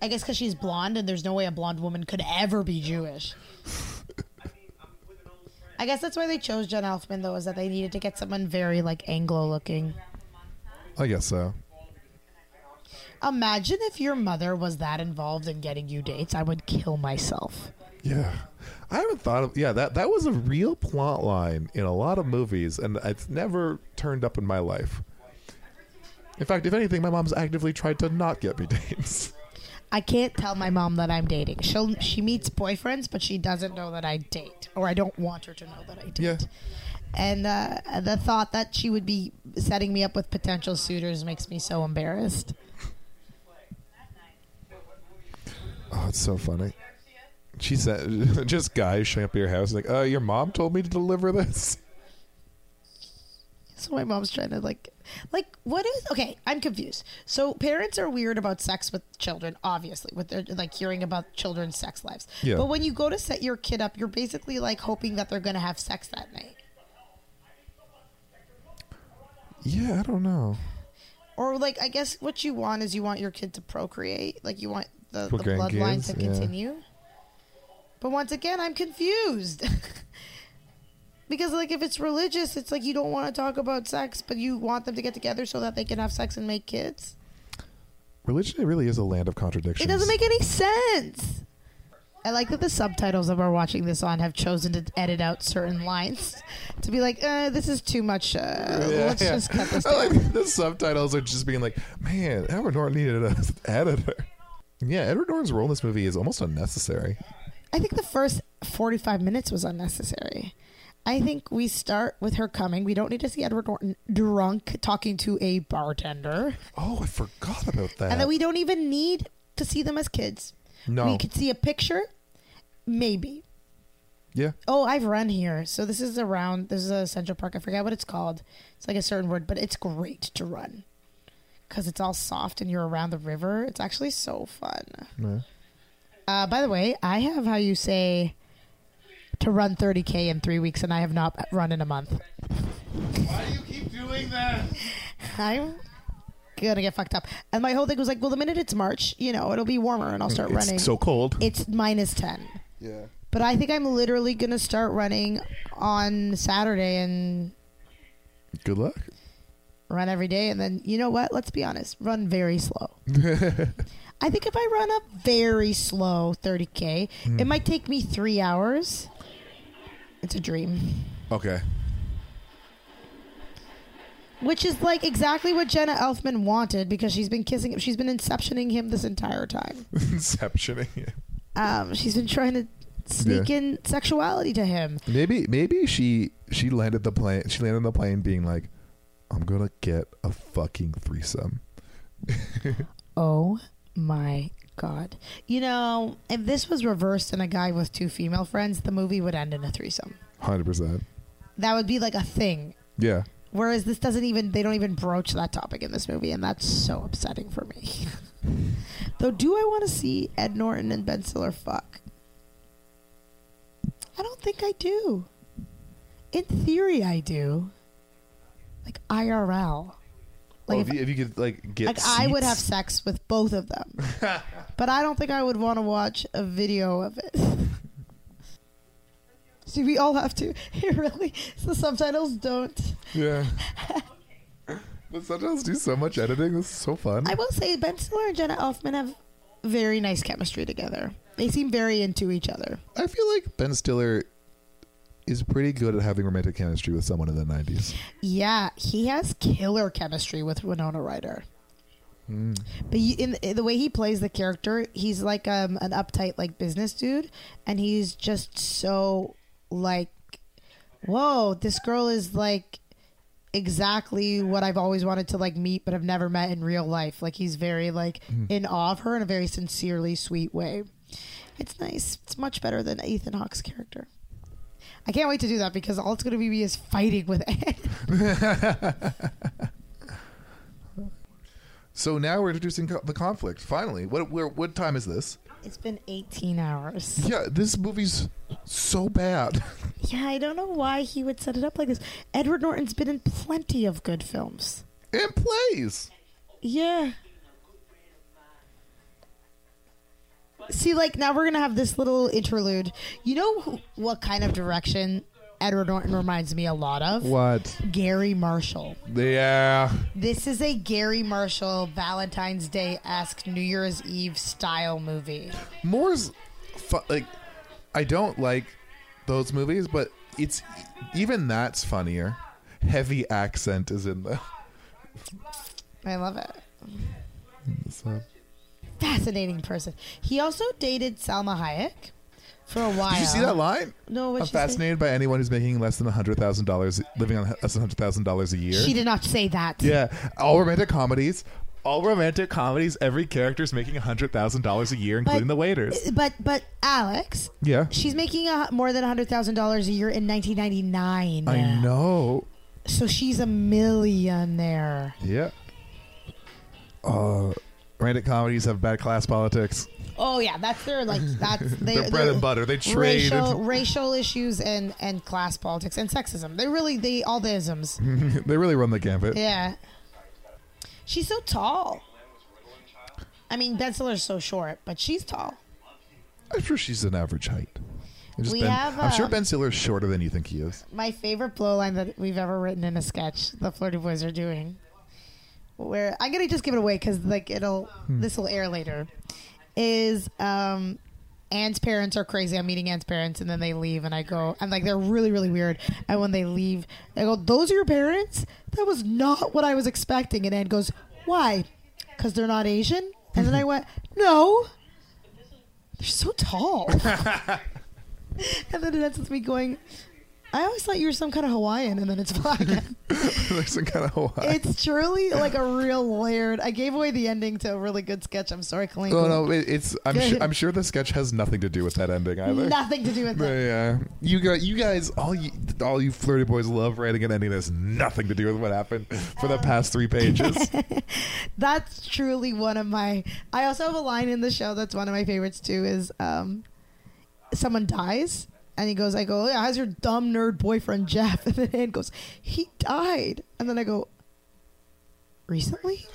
[SPEAKER 3] I guess because she's blonde, and there's no way a blonde woman could ever be Jewish. I guess that's why they chose John Elfman, though, is that they needed to get someone very like Anglo looking.
[SPEAKER 2] i guess so
[SPEAKER 3] Imagine if your mother was that involved in getting you dates. I would kill myself.
[SPEAKER 2] yeah i haven't thought of yeah that that was a real plot line in a lot of movies and it's never turned up in my life in fact if anything my mom's actively tried to not get me dates
[SPEAKER 3] I can't tell my mom that I'm dating. She'll she meets boyfriends, but she doesn't know that I date, or I don't want her to know that I date.
[SPEAKER 2] Yeah.
[SPEAKER 3] And uh, the thought that she would be setting me up with potential suitors makes me so embarrassed.
[SPEAKER 2] Oh, it's so funny. She said, just guys showing up at your house, like, uh, your mom told me to deliver this.
[SPEAKER 3] So my mom's trying to like, like what is okay? I'm confused. So parents are weird about sex with children, obviously, with their like hearing about children's sex lives.
[SPEAKER 2] Yeah.
[SPEAKER 3] But when you go to set your kid up, you're basically like hoping that they're gonna have sex that night.
[SPEAKER 2] Yeah, I don't know.
[SPEAKER 3] or like I guess what you want is you want your kid to procreate, like you want the, the
[SPEAKER 2] Procreate
[SPEAKER 3] bloodline
[SPEAKER 2] kids,
[SPEAKER 3] to
[SPEAKER 2] yeah.
[SPEAKER 3] continue. But once again, I'm confused. because like if it's religious, it's like you don't want to talk about sex, but you want them to get together so that they can have sex and make kids.
[SPEAKER 2] Religion really is a land of contradictions.
[SPEAKER 3] It doesn't make any sense. I like that the subtitles that we're watching this on have chosen to edit out certain lines to be like, uh, this is too much. Uh, let's
[SPEAKER 2] Yeah.
[SPEAKER 3] just cut this.
[SPEAKER 2] I
[SPEAKER 3] down."
[SPEAKER 2] like the subtitles are just being like, man, Edward Norton needed an editor. Yeah, Edward Norton's role in this movie is almost unnecessary.
[SPEAKER 3] I think the first 45 minutes was unnecessary. I think we start with her coming. We don't need to see Edward Norton drunk talking to a bartender.
[SPEAKER 2] Oh, I forgot about that.
[SPEAKER 3] And then we don't even need to see them as kids.
[SPEAKER 2] Uh-huh. No.
[SPEAKER 3] We could see a picture, maybe.
[SPEAKER 2] yeah,
[SPEAKER 3] Oh, I've run here. So this is around, this is a Central Park. I forget what it's called. It's like a certain word, but it's great to run because it's all soft and you're around the river. It's actually so fun. Uh, by the way, I have how you say to run 30K in three weeks, and I have not run in a month.
[SPEAKER 4] Why do you keep doing that?
[SPEAKER 3] I'm gonna get fucked up. And my whole thing was like, well, the minute it's March, you know, it'll be warmer and I'll start
[SPEAKER 2] it's
[SPEAKER 3] running.
[SPEAKER 2] so cold.
[SPEAKER 3] it's minus 10.
[SPEAKER 2] yeah,
[SPEAKER 3] But I think I'm literally gonna start running on Saturday and
[SPEAKER 2] good luck.
[SPEAKER 3] run every day and then you know what let's be honest run very slow i think if i run up very slow 30k it might take me three hours it's a dream
[SPEAKER 2] Okay,
[SPEAKER 3] which is like exactly what jenna elfman wanted because she's been kissing him she's been inceptioning him this entire time
[SPEAKER 2] inceptioning. Yeah.
[SPEAKER 3] um, she's been trying to sneak in sexuality to him
[SPEAKER 2] Maybe, maybe she she landed the plane. She landed on the plane being like, I'm gonna get a fucking threesome.
[SPEAKER 3] Oh my god. You know, if this was reversed and a guy with two female friends, the movie would end in a threesome.
[SPEAKER 2] Hundred percent.
[SPEAKER 3] That would be like a thing.
[SPEAKER 2] Yeah.
[SPEAKER 3] Whereas this doesn't even they don't even broach that topic in this movie and that's so upsetting for me. Though do I want to see Ed Norton and Ben Stiller fuck? I don't think I do. In theory I do. Like IRL.
[SPEAKER 2] oh,
[SPEAKER 3] Like
[SPEAKER 2] if, you, if you could like get,
[SPEAKER 3] like I would have
[SPEAKER 2] seats.
[SPEAKER 3] sex with both of them, but I don't think I would want to watch a video of it. See, we all have to. It really, the subtitles don't.
[SPEAKER 2] Yeah. the subtitles do so much editing. This is so fun.
[SPEAKER 3] I will say, Ben Stiller and Jenna Elfman have very nice chemistry together. They seem very into each other.
[SPEAKER 2] I feel like Ben Stiller is pretty good at having romantic chemistry with someone in the 90s.
[SPEAKER 3] Yeah, he has killer chemistry with Winona Ryder. But you, in, in the way he plays the character, he's like um, an uptight like business dude, and he's just so like, whoa, this girl is like exactly what I've always wanted to like meet, but I've never met in real life. Like he's very like in awe of her in a very sincerely sweet way. It's nice. It's much better than Ethan Hawke's character. I can't wait to do that because all it's going to be is fighting with Ed.
[SPEAKER 2] So now we're introducing co- the conflict. Finally, what where, what time is this?
[SPEAKER 3] It's been 18 hours.
[SPEAKER 2] Yeah, this movie's so bad.
[SPEAKER 3] Yeah, I don't know why he would set it up like this. Edward Norton's been in plenty of good films.
[SPEAKER 2] and plays.
[SPEAKER 3] Yeah. See, like, now we're going to have this little interlude. You know who, what kind of direction Edward Norton reminds me a lot of?
[SPEAKER 2] What?
[SPEAKER 3] Gary Marshall.
[SPEAKER 2] Yeah.
[SPEAKER 3] This is a Gary Marshall Valentine's Day esque New Year's Eve style movie.
[SPEAKER 2] Moore's fu- like I don't like those movies, but it's even that's funnier. Heavy accent is in the
[SPEAKER 3] I love it.
[SPEAKER 2] so.
[SPEAKER 3] Fascinating person. He also dated Salma Hayek for a while.
[SPEAKER 2] Did you see that line?
[SPEAKER 3] No, what'd
[SPEAKER 2] I'm
[SPEAKER 3] she say?
[SPEAKER 2] fascinated by anyone who's making less than hundred thousand dollars, living on less than hundred thousand dollars a year.
[SPEAKER 3] She did not say that.
[SPEAKER 2] yeah, all romantic comedies, all romantic comedies. Every character's making hundred thousand dollars a year, including the waiters.
[SPEAKER 3] But but Alex,
[SPEAKER 2] Yeah,
[SPEAKER 3] she's making a, hu- more than hundred thousand dollars a year in 1999.
[SPEAKER 2] I know.
[SPEAKER 3] So she's a millionaire.
[SPEAKER 2] Yeah. Uh, romantic comedies have bad class politics.
[SPEAKER 3] Oh yeah, that's their like that's they,
[SPEAKER 2] Their bread and butter. They trade.
[SPEAKER 3] racial racial issues and and class politics and sexism. They really they all the isms.
[SPEAKER 2] they really run the gambit.
[SPEAKER 3] Yeah. She's so tall. I mean, Ben Stiller's so short, but she's tall.
[SPEAKER 2] I'm sure she's an average height. It's just
[SPEAKER 3] We
[SPEAKER 2] Ben-
[SPEAKER 3] have,
[SPEAKER 2] I'm sure
[SPEAKER 3] um,
[SPEAKER 2] Ben Stiller's shorter than you think he is.
[SPEAKER 3] My favorite blow line that we've ever written in a sketch, the Flirty Boys are doing. Where I'm gonna just give it away because like it'll this will air later, is um, Anne's parents are crazy. I'm meeting Anne's parents, and then they leave, and I go, and like they're really, really weird. And when they leave, I go, "Those are your parents? That was not what I was expecting." And Anne goes, "Why? Because they're not Asian?" And then I went, "No, they're so tall." and then it ends with me going, "I always thought you were some kind of Hawaiian," and then it's black.
[SPEAKER 2] There's some kind of Hawaii.
[SPEAKER 3] it's truly like a real layered. I gave away the ending to a really good sketch. I'm sorry, Colleen.
[SPEAKER 2] Oh no, it, it's I'm
[SPEAKER 3] Good.
[SPEAKER 2] sure, I'm sure the sketch has nothing to do with that ending either.
[SPEAKER 3] nothing to do with that.
[SPEAKER 2] Yeah, you got you guys all you all you flirty boys love writing an ending that's nothing to do with what happened for the past three pages.
[SPEAKER 3] that's truly one of my i also have a line in the show that's one of my favorites too is um someone dies and he goes i go yeah, how's your dumb nerd boyfriend jeff and then Anne goes he died and then i go recently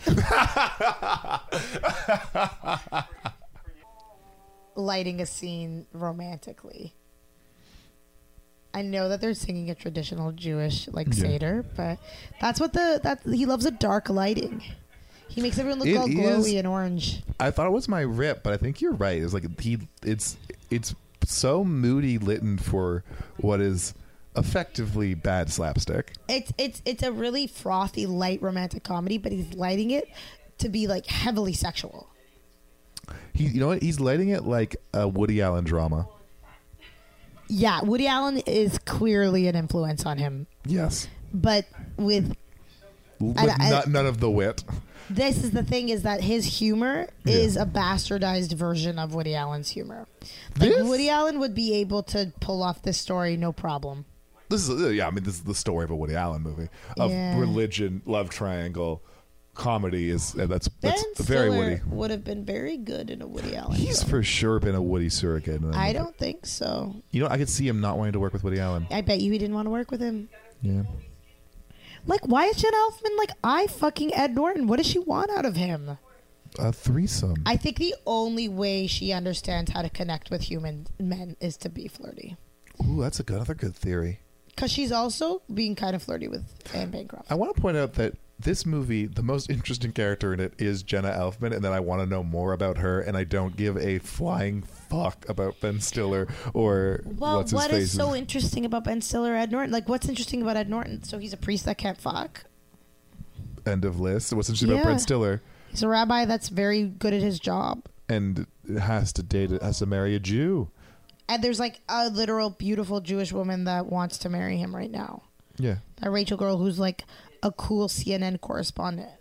[SPEAKER 3] lighting a scene romantically I know that they're singing a traditional Jewish like seder, but that's what the that he loves a dark lighting. He makes everyone look
[SPEAKER 2] It
[SPEAKER 3] all
[SPEAKER 2] is-
[SPEAKER 3] glowy and orange.
[SPEAKER 2] I thought it was my rip, but I think you're right. It's like he it's it's so moody litten for what is effectively bad slapstick.
[SPEAKER 3] It's it's it's a really frothy, light romantic comedy, but he's lighting it to be like heavily sexual.
[SPEAKER 2] He you know what? He's lighting it like a Woody Allen drama.
[SPEAKER 3] Yeah, Woody Allen is clearly an influence on him,
[SPEAKER 2] Yes.
[SPEAKER 3] but with
[SPEAKER 2] With
[SPEAKER 3] I- I-
[SPEAKER 2] not, none of the wit.
[SPEAKER 3] this is the thing is that his humor
[SPEAKER 2] Yeah.
[SPEAKER 3] is a bastardized version of Woody Allen's humor.
[SPEAKER 2] This-
[SPEAKER 3] Like Woody Allen would be able to pull off this story no problem.
[SPEAKER 2] This is uh, yeah. I mean, this is the story of a Woody Allen movie of
[SPEAKER 3] Yeah.
[SPEAKER 2] religion, love triangle, comedy is uh, that's that's very Woody.
[SPEAKER 3] would have been very good in a Woody Allen.
[SPEAKER 2] He's for sure been a Woody surrogate. in that
[SPEAKER 3] I
[SPEAKER 2] movie.
[SPEAKER 3] don't think so.
[SPEAKER 2] You know, I could see him not wanting to work with Woody Allen.
[SPEAKER 3] I bet you he didn't want to work with him.
[SPEAKER 2] Yeah.
[SPEAKER 3] Like, why is Jen Elfman like I fucking Ed Norton? What does she want out of him?
[SPEAKER 2] A threesome.
[SPEAKER 3] I think the only way she understands how to connect with human men is to be flirty.
[SPEAKER 2] Ooh, that's a good, another good theory.
[SPEAKER 3] Because she's also being kind of flirty with Anne Bancroft.
[SPEAKER 2] I want to point out that this movie, the most interesting character in it is Jenna Elfman, and then I want to know more about her, and I don't give a flying fuck about Ben Stiller or
[SPEAKER 3] Well,
[SPEAKER 2] what's his
[SPEAKER 3] what
[SPEAKER 2] face.
[SPEAKER 3] is so interesting about Ben Stiller, Ed Norton? Like, what's interesting about Ed Norton? So he's a priest that can't fuck.
[SPEAKER 2] End of list. What's interesting about
[SPEAKER 3] Yeah.
[SPEAKER 2] Ben Stiller
[SPEAKER 3] He's a rabbi that's very good at his job.
[SPEAKER 2] and has to date, has to marry a Jew.
[SPEAKER 3] And there's like a literal beautiful Jewish woman that wants to marry him right now.
[SPEAKER 2] Yeah.
[SPEAKER 3] A Rachel girl who's like a cool CNN correspondent.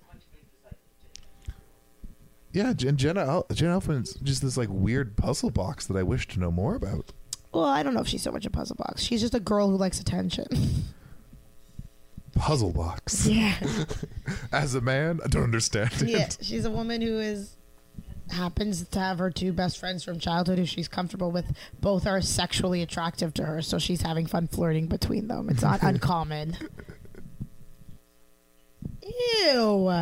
[SPEAKER 2] Yeah, and Jenna, El- Jenna Elfman's just this like weird puzzle box that I wish to know more about.
[SPEAKER 3] Well, I don't know if she's so much a puzzle box. She's just a girl who likes attention.
[SPEAKER 2] Puzzle box.
[SPEAKER 3] Yeah.
[SPEAKER 2] As a man, I don't understand it.
[SPEAKER 3] yeah. She's a woman who is happens to have her two best friends from childhood who she's comfortable with. Both are sexually attractive to her, so she's having fun flirting between them. It's not uncommon. Ew.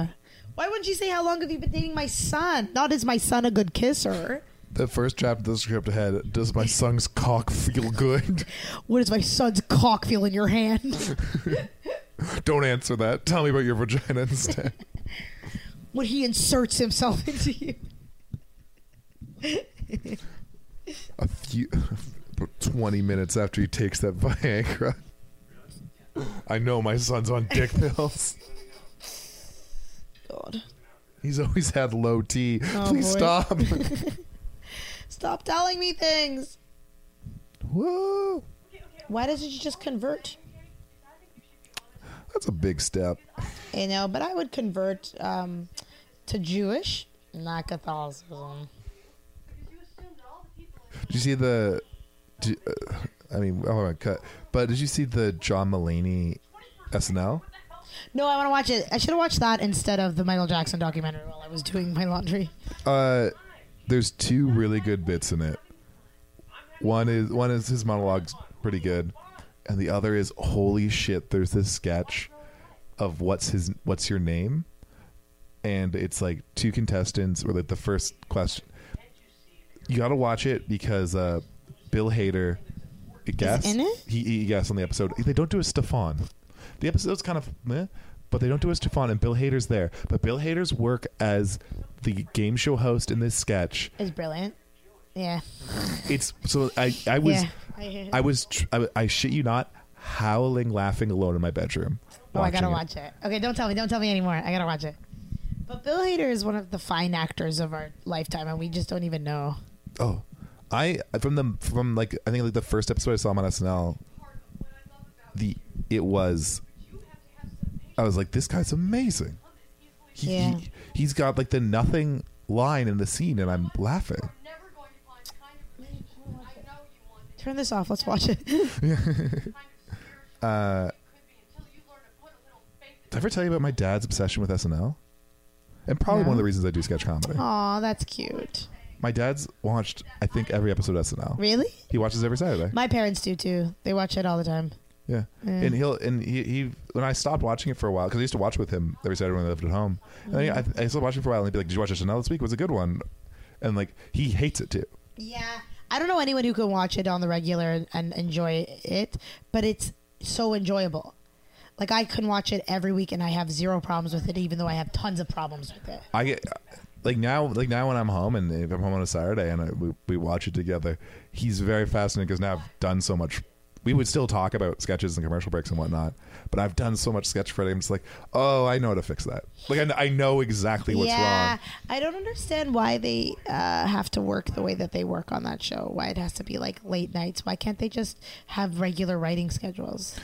[SPEAKER 3] Why wouldn't she say how long have you been dating my son? Not is my son a good kisser?
[SPEAKER 2] The first chapter of the script had Does my son's cock feel good?
[SPEAKER 3] What does my son's cock feel in your hand?
[SPEAKER 2] Don't answer that. Tell me about your vagina instead.
[SPEAKER 3] when he inserts himself into you.
[SPEAKER 2] A few, 20 minutes after he takes that Viagra. I know my son's on dick pills.
[SPEAKER 3] God.
[SPEAKER 2] He's always had low T.
[SPEAKER 3] Oh,
[SPEAKER 2] Please
[SPEAKER 3] boy.
[SPEAKER 2] stop.
[SPEAKER 3] Stop telling me things.
[SPEAKER 2] Whoa.
[SPEAKER 3] Why doesn't she just convert?
[SPEAKER 2] That's a big step.
[SPEAKER 3] You know, but I would convert um, to Jewish, not Catholicism.
[SPEAKER 2] Did you see the? d uh, I mean, I want to cut. But did you see the John Mulaney SNL?
[SPEAKER 3] No, I want to watch it. I should have watched that instead of the Michael Jackson documentary while I was doing my laundry.
[SPEAKER 2] Uh, there's two really good bits in it. One is one is his monologue's pretty good, and the other is holy shit. There's this sketch of what's his what's your name, and it's like two contestants or like the first question. You got to watch it because uh, Bill Hader guessed
[SPEAKER 3] in it?
[SPEAKER 2] He, he guessed on the episode. They don't do a Stefan. The episode's kind of meh, but they don't do a Stefan, and Bill Hader's there. But Bill Hader's work as the game show host in this sketch
[SPEAKER 3] It's brilliant. Yeah.
[SPEAKER 5] It's so I I was
[SPEAKER 3] Yeah. I hear you.
[SPEAKER 5] I was tr- I, I shit you not howling laughing alone in my bedroom.
[SPEAKER 3] Oh, I gotta
[SPEAKER 5] watching it.
[SPEAKER 3] watch it. Okay, don't tell me. Don't tell me anymore. I gotta watch it. But Bill Hader is one of the fine actors of our lifetime, and we just don't even know.
[SPEAKER 2] Oh, I from the from like I think like the first episode I saw him on SNL. The it was, I was like, this guy's amazing. He,
[SPEAKER 3] Yeah.
[SPEAKER 2] he he's got like the nothing line in the scene, and I'm laughing.
[SPEAKER 3] Turn this off. Let's watch it.
[SPEAKER 2] Did I ever tell you about my dad's obsession with SNL? And probably one of the reasons I do sketch comedy.
[SPEAKER 3] Aw, that's cute.
[SPEAKER 2] My dad's watched I think every episode of SNL.
[SPEAKER 3] Really?
[SPEAKER 2] He watches every Saturday.
[SPEAKER 3] My parents do too. They watch it all the time.
[SPEAKER 2] Yeah. And he'll and he, he when I stopped watching it for a while because I used to watch with him every Saturday when I lived at home. And then I, I stopped watching for a while and he'd be like, "Did you watch SNL this week? It was a good one." And like he hates it too.
[SPEAKER 3] Yeah. I don't know anyone who can watch it on the regular and, and enjoy it, but it's so enjoyable. Like I can watch it every week and I have zero problems with it, even though I have tons of problems with it.
[SPEAKER 2] I get like now like now when I'm home and if I'm home on a Saturday and I, we we watch it together, he's very fascinated because now I've done so much. We would still talk about sketches and commercial breaks and whatnot, but I've done so much sketch Friday. I'm just like, oh, I know how to fix that. Like I, kn- I know exactly what's
[SPEAKER 3] yeah,
[SPEAKER 2] wrong.
[SPEAKER 3] I don't understand why they uh, have to work the way that they work on that show. Why it has to be like late nights? Why can't they just have regular writing schedules?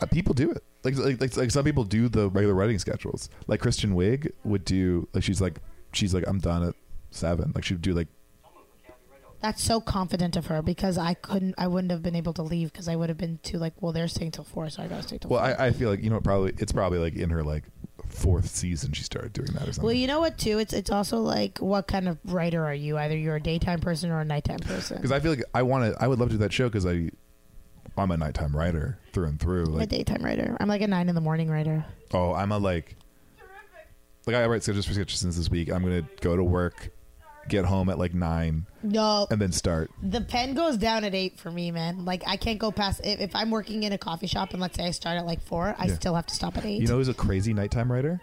[SPEAKER 2] Uh, people do it. Like, like like like some people do the regular writing schedules. Like Kristen Wiig would do. Like she's like she's like I'm done at seven. Like she'd do like
[SPEAKER 3] That's so confident of her because I couldn't, I wouldn't have been able to leave because I would have been too like, well, they're staying till four, so I gotta stay till.
[SPEAKER 2] well
[SPEAKER 3] four.
[SPEAKER 2] I, I feel like you know probably it's probably like in her like fourth season she started doing that or something.
[SPEAKER 3] Well, you know what too? It's it's also like what kind of writer are you? Either you're a daytime person or a nighttime person.
[SPEAKER 2] Because I feel like I want to I would love to do that show because I I'm a nighttime writer through and through.
[SPEAKER 3] I'm a
[SPEAKER 2] Like
[SPEAKER 3] daytime writer. I'm like a nine in the morning writer.
[SPEAKER 2] oh I'm a like like I write sketches for sketches since this week. I'm gonna go to work, get home at like nine,
[SPEAKER 3] No,
[SPEAKER 2] and then start.
[SPEAKER 3] the pen goes down at eight for me, man. Like I can't go past if, if I'm working in a coffee shop and let's say I start at like four, I
[SPEAKER 2] Yeah.
[SPEAKER 3] still have to stop at eight.
[SPEAKER 2] You know who's a crazy nighttime writer?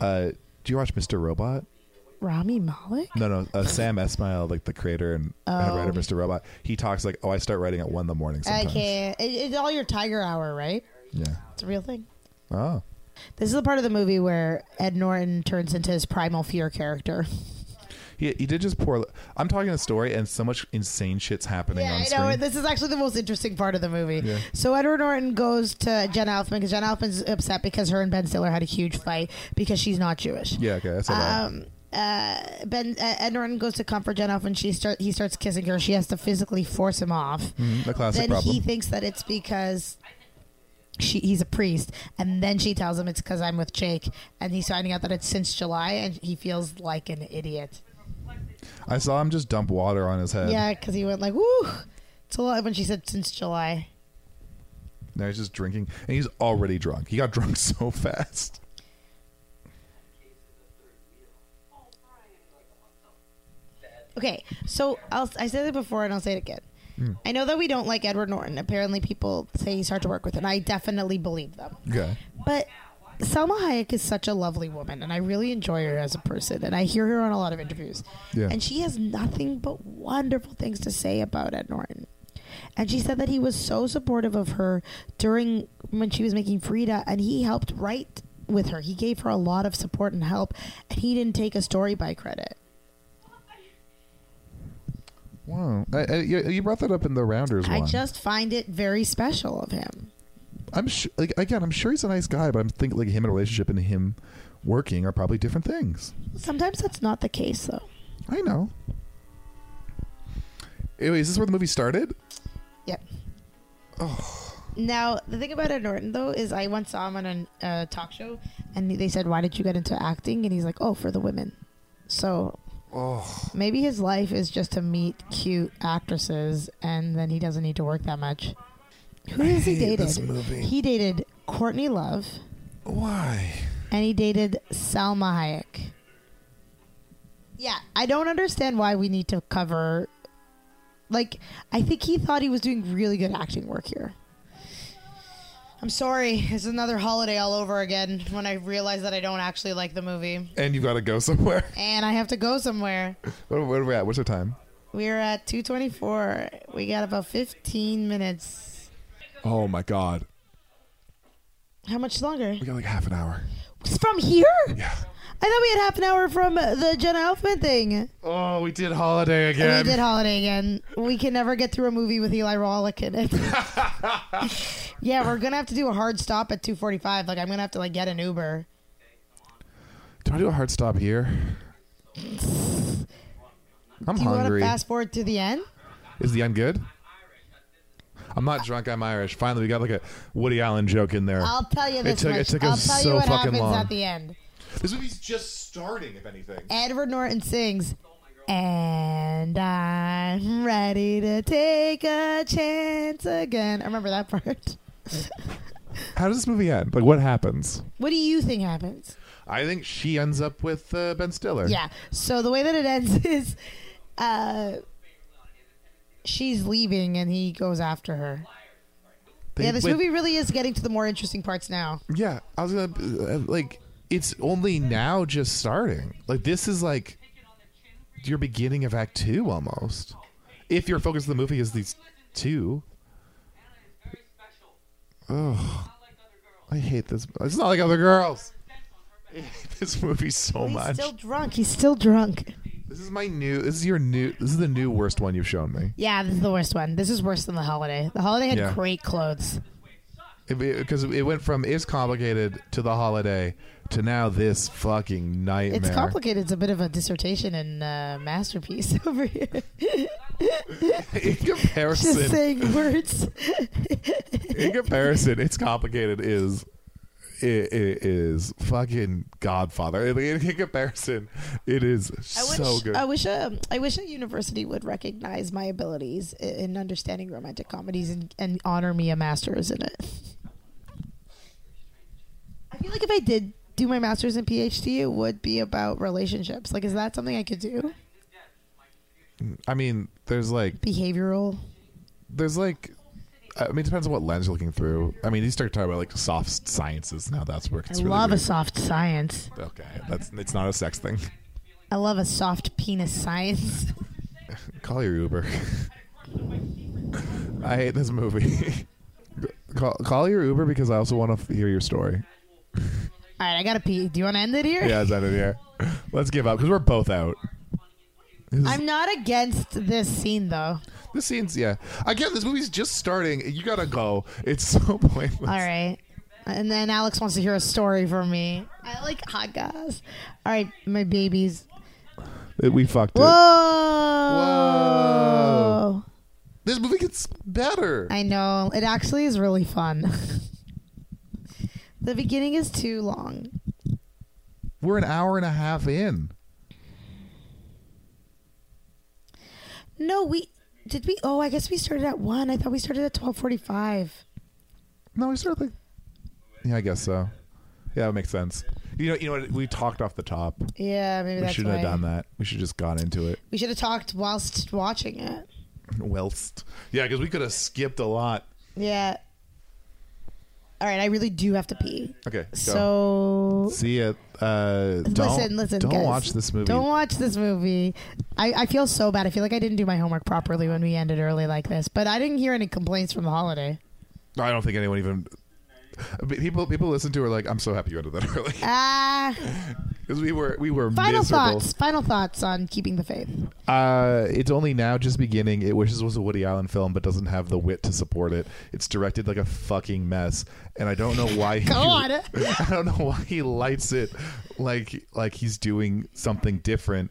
[SPEAKER 2] Uh, do you watch Mr. Robot?
[SPEAKER 3] Rami Malek.
[SPEAKER 2] No, no. Uh, Sam Esmail, like the creator and head writer of Mr. Robot, he talks like, "Oh, I start writing at one in the morning sometimes."
[SPEAKER 3] Oh. I can't. It, it's all your Tiger Hour, right?
[SPEAKER 2] Yeah.
[SPEAKER 3] It's a real thing.
[SPEAKER 2] Oh,
[SPEAKER 3] This is the part of the movie where Ed Norton turns into his primal fear character.
[SPEAKER 2] he he did just pour. I'm talking a story, and so much insane shit's happening
[SPEAKER 3] Yeah,
[SPEAKER 2] on
[SPEAKER 3] I
[SPEAKER 2] screen.
[SPEAKER 3] know. This is actually the most interesting part of the movie.
[SPEAKER 2] Yeah.
[SPEAKER 3] So Edward Norton goes to Jen Elfman because Jen Elfman's upset because her and Ben Stiller had a huge fight because she's not Jewish.
[SPEAKER 2] yeah, okay, that's a lot.
[SPEAKER 3] um, uh, Ben uh, Ed Norton goes to comfort Jen off, and she start he starts kissing her. She has to physically force him off.
[SPEAKER 2] a classic
[SPEAKER 3] then
[SPEAKER 2] Mm-hmm. problem.
[SPEAKER 3] he thinks that it's because she he's a priest, and then she tells him it's because I'm with Jake, and he's finding out that it's since July, and he feels like an idiot.
[SPEAKER 2] I saw him just dump water on his head.
[SPEAKER 3] Yeah, because he went like, "Woo!" It's a lot when she said since July.
[SPEAKER 2] Now he's just drinking, and he's already drunk. He got drunk so fast.
[SPEAKER 3] Okay, so I'll, I said it before and I'll say it again.
[SPEAKER 2] Hmm.
[SPEAKER 3] I know that we don't like Edward Norton. Apparently, people say he's hard to work with, and I definitely believe them.
[SPEAKER 2] Okay.
[SPEAKER 3] But Selma Hayek is such a lovely woman, and I really enjoy her as a person, and I hear her on a lot of interviews.
[SPEAKER 2] Yeah.
[SPEAKER 3] And she has nothing but wonderful things to say about Ed Norton. And she said that he was so supportive of her during when she was making Frida, and he helped write with her. He gave her a lot of support and help, and he didn't take a story by credit.
[SPEAKER 2] Wow. I, I, you you brought that up in the rounders
[SPEAKER 3] I
[SPEAKER 2] one.
[SPEAKER 3] just find it very special of him.
[SPEAKER 2] I'm sure. Like, again, I'm sure he's a nice guy, but I'm thinking like him in a relationship and him working are probably different things.
[SPEAKER 3] Sometimes that's not the case, though.
[SPEAKER 2] I know. Anyway, is this where the movie started?
[SPEAKER 3] Yep. Now, the thing about Ed Norton, though, is I once saw him on a uh, talk show, and they said, Why did you get into acting? And he's like, Oh, for the women. So maybe his life is just to meet cute actresses, and then he doesn't need to work that much. Who has he
[SPEAKER 2] hate
[SPEAKER 3] dated?
[SPEAKER 2] this movie.
[SPEAKER 3] He dated Courtney Love,
[SPEAKER 2] Why?
[SPEAKER 3] and he dated Salma Hayek. Yeah, I don't understand why we need to cover. Like, I think he thought he was doing really good acting work here. I'm sorry, it's another holiday all over again when I realize that I don't actually like the movie
[SPEAKER 2] And you've got to go somewhere.
[SPEAKER 3] and I have to go somewhere.
[SPEAKER 2] Where, where are we at? What's our time?
[SPEAKER 3] We're at 224. We got about 15 minutes.
[SPEAKER 5] Oh my god.
[SPEAKER 3] How much longer?
[SPEAKER 5] We got like half an hour.
[SPEAKER 3] It's from here?
[SPEAKER 5] Yeah.
[SPEAKER 3] I thought we had half an hour from the Jenna Elfman thing.
[SPEAKER 2] Oh, we did holiday again.
[SPEAKER 3] We did Holiday again. We can never get through a movie with Eli Wallach in it. yeah, we're gonna have to do a hard stop at 2:45. Like I'm gonna have to like get an Uber.
[SPEAKER 2] Do I do a hard stop here? I'm
[SPEAKER 3] Do you want to
[SPEAKER 2] hungry.
[SPEAKER 3] fast forward to the end?
[SPEAKER 2] Is the end good? I'm not drunk. I'm Irish. Finally, we got like a Woody Allen joke in there.
[SPEAKER 3] I'll tell you this
[SPEAKER 2] It took,
[SPEAKER 3] much.
[SPEAKER 2] it took
[SPEAKER 3] I'll
[SPEAKER 2] us
[SPEAKER 3] tell
[SPEAKER 2] so
[SPEAKER 3] you what
[SPEAKER 2] fucking
[SPEAKER 3] happens
[SPEAKER 2] long.
[SPEAKER 3] at the end.
[SPEAKER 2] This movie's just starting, if anything.
[SPEAKER 3] Edward Norton sings, and I'm ready to take a chance again. I remember that part.
[SPEAKER 5] How does this movie end? Like what happens?
[SPEAKER 3] What do you think happens?
[SPEAKER 2] I think she ends up with uh, Ben Stiller.
[SPEAKER 3] Yeah. So the way that it ends is, uh, she's leaving and he goes after her.
[SPEAKER 2] They-
[SPEAKER 3] yeah, this
[SPEAKER 2] wait,
[SPEAKER 3] movie really is getting to the more interesting parts now.
[SPEAKER 2] Yeah, I was gonna uh, like. It's only now just starting. Like this is like your beginning of Act Two almost. If your focus of the movie is these two. Ugh. I hate this. It's not like other girls. I hate this movie so
[SPEAKER 3] He's
[SPEAKER 2] much.
[SPEAKER 3] still drunk. He's still drunk.
[SPEAKER 2] This is my new. This is your new. This is the new worst one you've shown me.
[SPEAKER 3] Yeah, this is the worst one. This is worse than the holiday. The holiday had
[SPEAKER 2] Yeah.
[SPEAKER 3] great clothes.
[SPEAKER 2] Because it, went from is complicated to the holiday to now this fucking nightmare.
[SPEAKER 3] It's complicated. It's a bit of a dissertation and uh, masterpiece over here.
[SPEAKER 2] in
[SPEAKER 3] Just
[SPEAKER 2] comparison,
[SPEAKER 3] saying words.
[SPEAKER 2] in comparison, it's complicated is it, it is fucking Godfather. In, in comparison, it is so good.
[SPEAKER 3] I wish a, I wish a university would recognize my abilities i- in understanding romantic comedies and, and honor me a master's in it. I feel like if I did do my master's and PhD, it would be about relationships. Like, is that something I could do?
[SPEAKER 2] I mean, there's like
[SPEAKER 3] Behavioral.
[SPEAKER 2] there's like I mean, it depends on what lens you're looking through. I mean, you start talking about like soft sciences now. That's where it gets
[SPEAKER 3] I
[SPEAKER 2] really
[SPEAKER 3] love a
[SPEAKER 2] weird.
[SPEAKER 3] soft science.
[SPEAKER 2] Okay, that's it's not a sex thing.
[SPEAKER 3] I love a soft penis science.
[SPEAKER 2] Call your Uber. I hate this movie. call, call your Uber because I also want to hear your story.
[SPEAKER 3] All right, I gotta pee. Do you want to end it here?
[SPEAKER 2] Yeah, it's out of here. Let's give up because we're both out.
[SPEAKER 3] I'm not against this scene though.
[SPEAKER 2] This scene's yeah. Again, this movie's just starting. You gotta go. It's so pointless.
[SPEAKER 3] All right. And then Alex wants to hear a story from me. I like hot guys. All right, my babies.
[SPEAKER 2] We fucked it.
[SPEAKER 3] Whoa!
[SPEAKER 2] Whoa. This movie gets better.
[SPEAKER 3] I know. It actually is really fun. the beginning is too long.
[SPEAKER 2] We're an hour and a half in.
[SPEAKER 3] No, we did we Oh, I guess we started at 1. I thought we started at 12:45.
[SPEAKER 2] No, we started like. Yeah, I guess so. Yeah, it makes sense. You know, you know what? We talked off the top.
[SPEAKER 3] Yeah, maybe
[SPEAKER 2] We
[SPEAKER 3] that's
[SPEAKER 2] shouldn't
[SPEAKER 3] why.
[SPEAKER 2] have done that. We should have just gone into it.
[SPEAKER 3] We should have talked whilst watching it.
[SPEAKER 2] Whilst. Yeah, because we could have skipped a lot.
[SPEAKER 3] Yeah. All right, I really do have to pee.
[SPEAKER 2] Okay. Go.
[SPEAKER 3] So
[SPEAKER 2] See it. Uh, don't,
[SPEAKER 3] listen, listen,
[SPEAKER 2] Don't
[SPEAKER 3] guys.
[SPEAKER 2] watch this movie.
[SPEAKER 3] Don't watch this movie. I, I feel so bad. I feel like I didn't do my homework properly when we ended early like this. But I didn't hear any complaints from the holiday.
[SPEAKER 2] I don't think anyone even. People, people listen to are like, I'm so happy you ended that early
[SPEAKER 3] Ah,
[SPEAKER 2] because we were, we were
[SPEAKER 3] final
[SPEAKER 2] miserable.
[SPEAKER 3] thoughts. Final thoughts on keeping the faith.
[SPEAKER 2] Uh, it's only now just beginning. It wishes it was a Woody Allen film, but doesn't have the wit to support it. It's directed like a fucking mess, and I don't know why. he,
[SPEAKER 3] on.
[SPEAKER 2] I don't know why he lights it like like he's doing something different.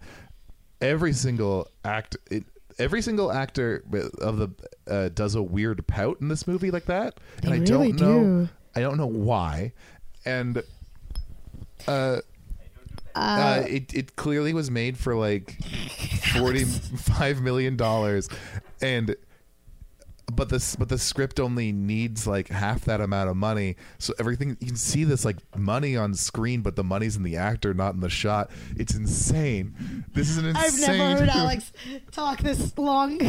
[SPEAKER 2] Every single act, it, every single actor of the uh, does a weird pout in this movie like that, and I
[SPEAKER 3] They really
[SPEAKER 2] don't know.
[SPEAKER 3] do.
[SPEAKER 2] I don't know why, and uh, it, it clearly was made for like $45 million dollars and but this but the script only needs like half that amount of money so everything you can see this like money on screen but the money's in the actor not in the shot it's insane this is an
[SPEAKER 3] I've
[SPEAKER 2] insane
[SPEAKER 3] never heard Alex talk this long.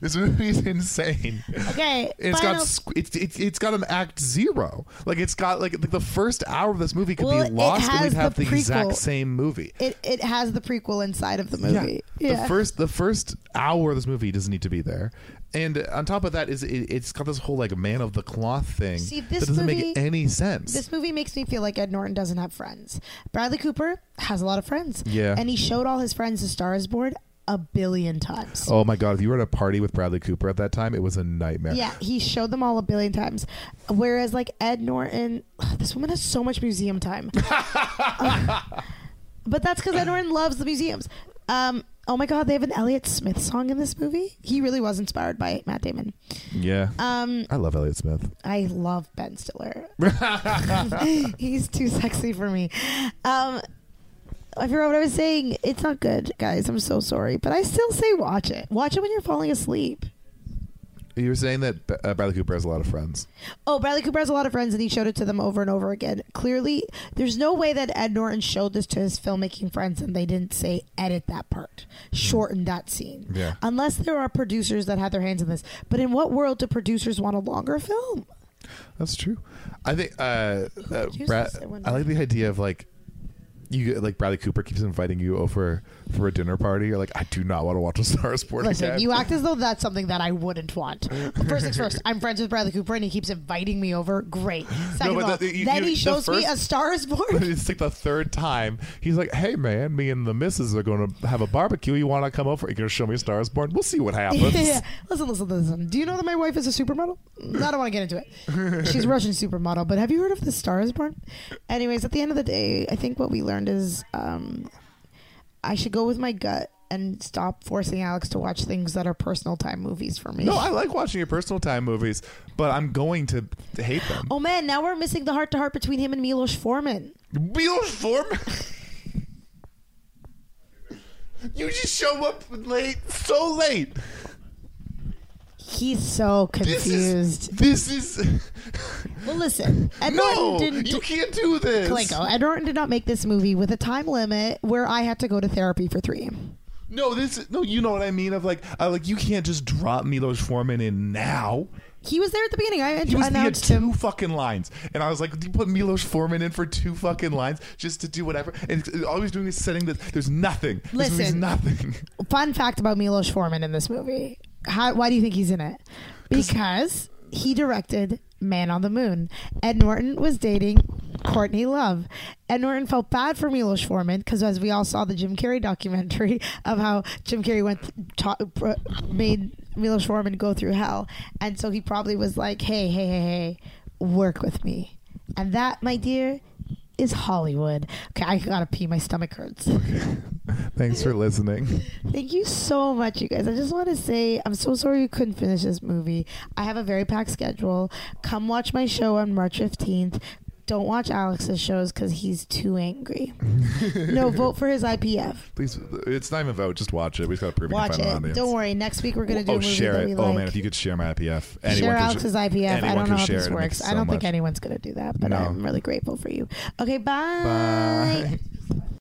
[SPEAKER 2] This movie's insane.
[SPEAKER 3] Okay,
[SPEAKER 2] It's got
[SPEAKER 3] final-
[SPEAKER 2] squ- it's, it's it's got an act zero. Like it's got like the, the first hour of this movie could
[SPEAKER 3] Well,
[SPEAKER 2] be
[SPEAKER 3] it
[SPEAKER 2] lost and
[SPEAKER 3] has
[SPEAKER 2] we'd have
[SPEAKER 3] the
[SPEAKER 2] the, exact
[SPEAKER 3] prequel.
[SPEAKER 2] same movie.
[SPEAKER 3] It it has the prequel inside of the movie.
[SPEAKER 2] Yeah.
[SPEAKER 3] Yeah.
[SPEAKER 2] The first the first hour of this movie doesn't need to be there. And on top of that is it, it's got this whole like man of the cloth thing
[SPEAKER 3] See, this
[SPEAKER 2] that doesn't
[SPEAKER 3] movie-
[SPEAKER 2] make any sense.
[SPEAKER 3] this movie makes me feel like Ed Norton doesn't have friends. Bradley Cooper has a lot of friends.
[SPEAKER 2] Yeah.
[SPEAKER 3] And he showed all his friends the Star is Born a billion times.
[SPEAKER 2] oh my god, if you were at a party with Bradley Cooper at that time, it was a nightmare.
[SPEAKER 3] Yeah, he showed them all a billion times. Whereas like Ed Norton, this woman has so much museum time. but that's because Ed Norton loves the museums. Um, oh my God, they have an Elliott Smith song in this movie. He really was inspired by Matt Damon.
[SPEAKER 2] Yeah.
[SPEAKER 3] Um,
[SPEAKER 2] I love Elliot Smith.
[SPEAKER 3] I love Ben Stiller. He's too sexy for me. Um, I forgot what I was saying. It's not good, guys. I'm so sorry, but I still say watch it. Watch it when you're falling asleep.
[SPEAKER 2] You were saying that uh, Bradley Cooper has a lot of friends.
[SPEAKER 3] Oh, Bradley Cooper has a lot of friends, and he showed it to them over and over again. Clearly, there's no way that Ed Norton showed this to his filmmaking friends, and they didn't say edit that part, shorten that scene.
[SPEAKER 2] Hmm. Yeah.
[SPEAKER 3] Unless there are producers that had their hands in this, but in what world do producers want a longer film?
[SPEAKER 2] That's true. I think uh, uh,
[SPEAKER 3] produced
[SPEAKER 2] Brad,
[SPEAKER 3] this? I wonder.
[SPEAKER 2] I like the idea of like you like Bradley Cooper keeps inviting you over for a dinner party. You're like, I do not want to watch a Star Sport
[SPEAKER 3] Listen,
[SPEAKER 2] again.
[SPEAKER 3] you act as though that's something that I wouldn't want. First things first, I'm friends with Bradley Cooper, and he keeps inviting me over. Great. Second
[SPEAKER 2] but
[SPEAKER 3] of all,
[SPEAKER 2] the- you-
[SPEAKER 3] then
[SPEAKER 2] you-
[SPEAKER 3] he
[SPEAKER 2] the
[SPEAKER 3] shows me
[SPEAKER 2] first-
[SPEAKER 3] a Star Is Born.
[SPEAKER 2] it's like the third time he's like, "Hey man, me and the missus are going to have a barbecue. You want to come over? You're going to show me Star is Born. We'll see what happens."
[SPEAKER 3] Yeah. Listen, listen, listen. Do you know that my wife is a supermodel? I don't want to get into it. She's a Russian supermodel, but have you heard of the Star is Born? Anyways, at the end of the day, I think what we learned is um, I should go with my gut and stop forcing Alex to watch things that are personal time movies for me.
[SPEAKER 2] No, I like watching your personal time movies, but I'm going to hate them.
[SPEAKER 3] oh man, now we're missing the heart to heart between him and Milos Forman.
[SPEAKER 2] Wheel Foreman. you just show up late, so late.
[SPEAKER 3] He's so
[SPEAKER 2] This is.
[SPEAKER 3] confused.
[SPEAKER 2] This is.
[SPEAKER 3] Well, listen, Ed
[SPEAKER 2] no,
[SPEAKER 3] Norton didn't. oh.
[SPEAKER 2] you can't do this.
[SPEAKER 3] Clanko, Ed Norton did not make this movie with a time limit where I had to go to therapy for three.
[SPEAKER 2] No, this. is- No, you know what I mean. Of like, I like you can't just drop Milos Foreman in now.
[SPEAKER 3] He was there at the beginning. I
[SPEAKER 2] He was there
[SPEAKER 3] announced
[SPEAKER 2] two
[SPEAKER 3] him.
[SPEAKER 2] fucking lines, and I was like, "You put Milos Foreman in for two fucking lines just to do whatever." And it's- all he's doing is setting that there's nothing. This movie's
[SPEAKER 3] Listen.
[SPEAKER 2] nothing.
[SPEAKER 3] Fun fact about Milos Forman in this movie. How, why do you think he's in it? Because he directed Man on the Moon. Ed Norton was dating Courtney Love. Ed Norton felt bad for Milos Forman because, as we all saw, the Jim Carrey documentary of how Jim Carrey went ta- pr- made Milos Forman go through hell, and so he probably was like, "Hey, hey, hey, hey, work with me," and that, my dear. Is Hollywood. Okay, I gotta pee. My stomach hurts.
[SPEAKER 2] Thanks for listening.
[SPEAKER 3] Thank you so much, you guys. I just want to say I'm so sorry you couldn't finish this movie. I have a very packed schedule. Come watch my show on March 15th. Don't watch Alex's shows because he's too angry. no, vote for his IPF.
[SPEAKER 2] Please, it's not even a vote. Just watch it. We just got to prove we can
[SPEAKER 3] Watch
[SPEAKER 2] find an
[SPEAKER 3] it.
[SPEAKER 2] audience.
[SPEAKER 3] Don't worry. Next week we're gonna do
[SPEAKER 2] oh,
[SPEAKER 3] a movie
[SPEAKER 2] share
[SPEAKER 3] that we
[SPEAKER 2] it.
[SPEAKER 3] like.
[SPEAKER 2] Oh man, if you could share my IPF,
[SPEAKER 3] share
[SPEAKER 2] anyone could
[SPEAKER 3] Alex's IPF. I
[SPEAKER 2] anyone
[SPEAKER 3] don't
[SPEAKER 2] can
[SPEAKER 3] know how
[SPEAKER 2] share
[SPEAKER 3] this
[SPEAKER 2] it. It
[SPEAKER 3] works.
[SPEAKER 2] makes
[SPEAKER 3] I
[SPEAKER 2] so
[SPEAKER 3] don't think
[SPEAKER 2] much.
[SPEAKER 3] anyone's gonna do that, but
[SPEAKER 2] No.
[SPEAKER 3] I'm really grateful for you. Okay,
[SPEAKER 2] Bye.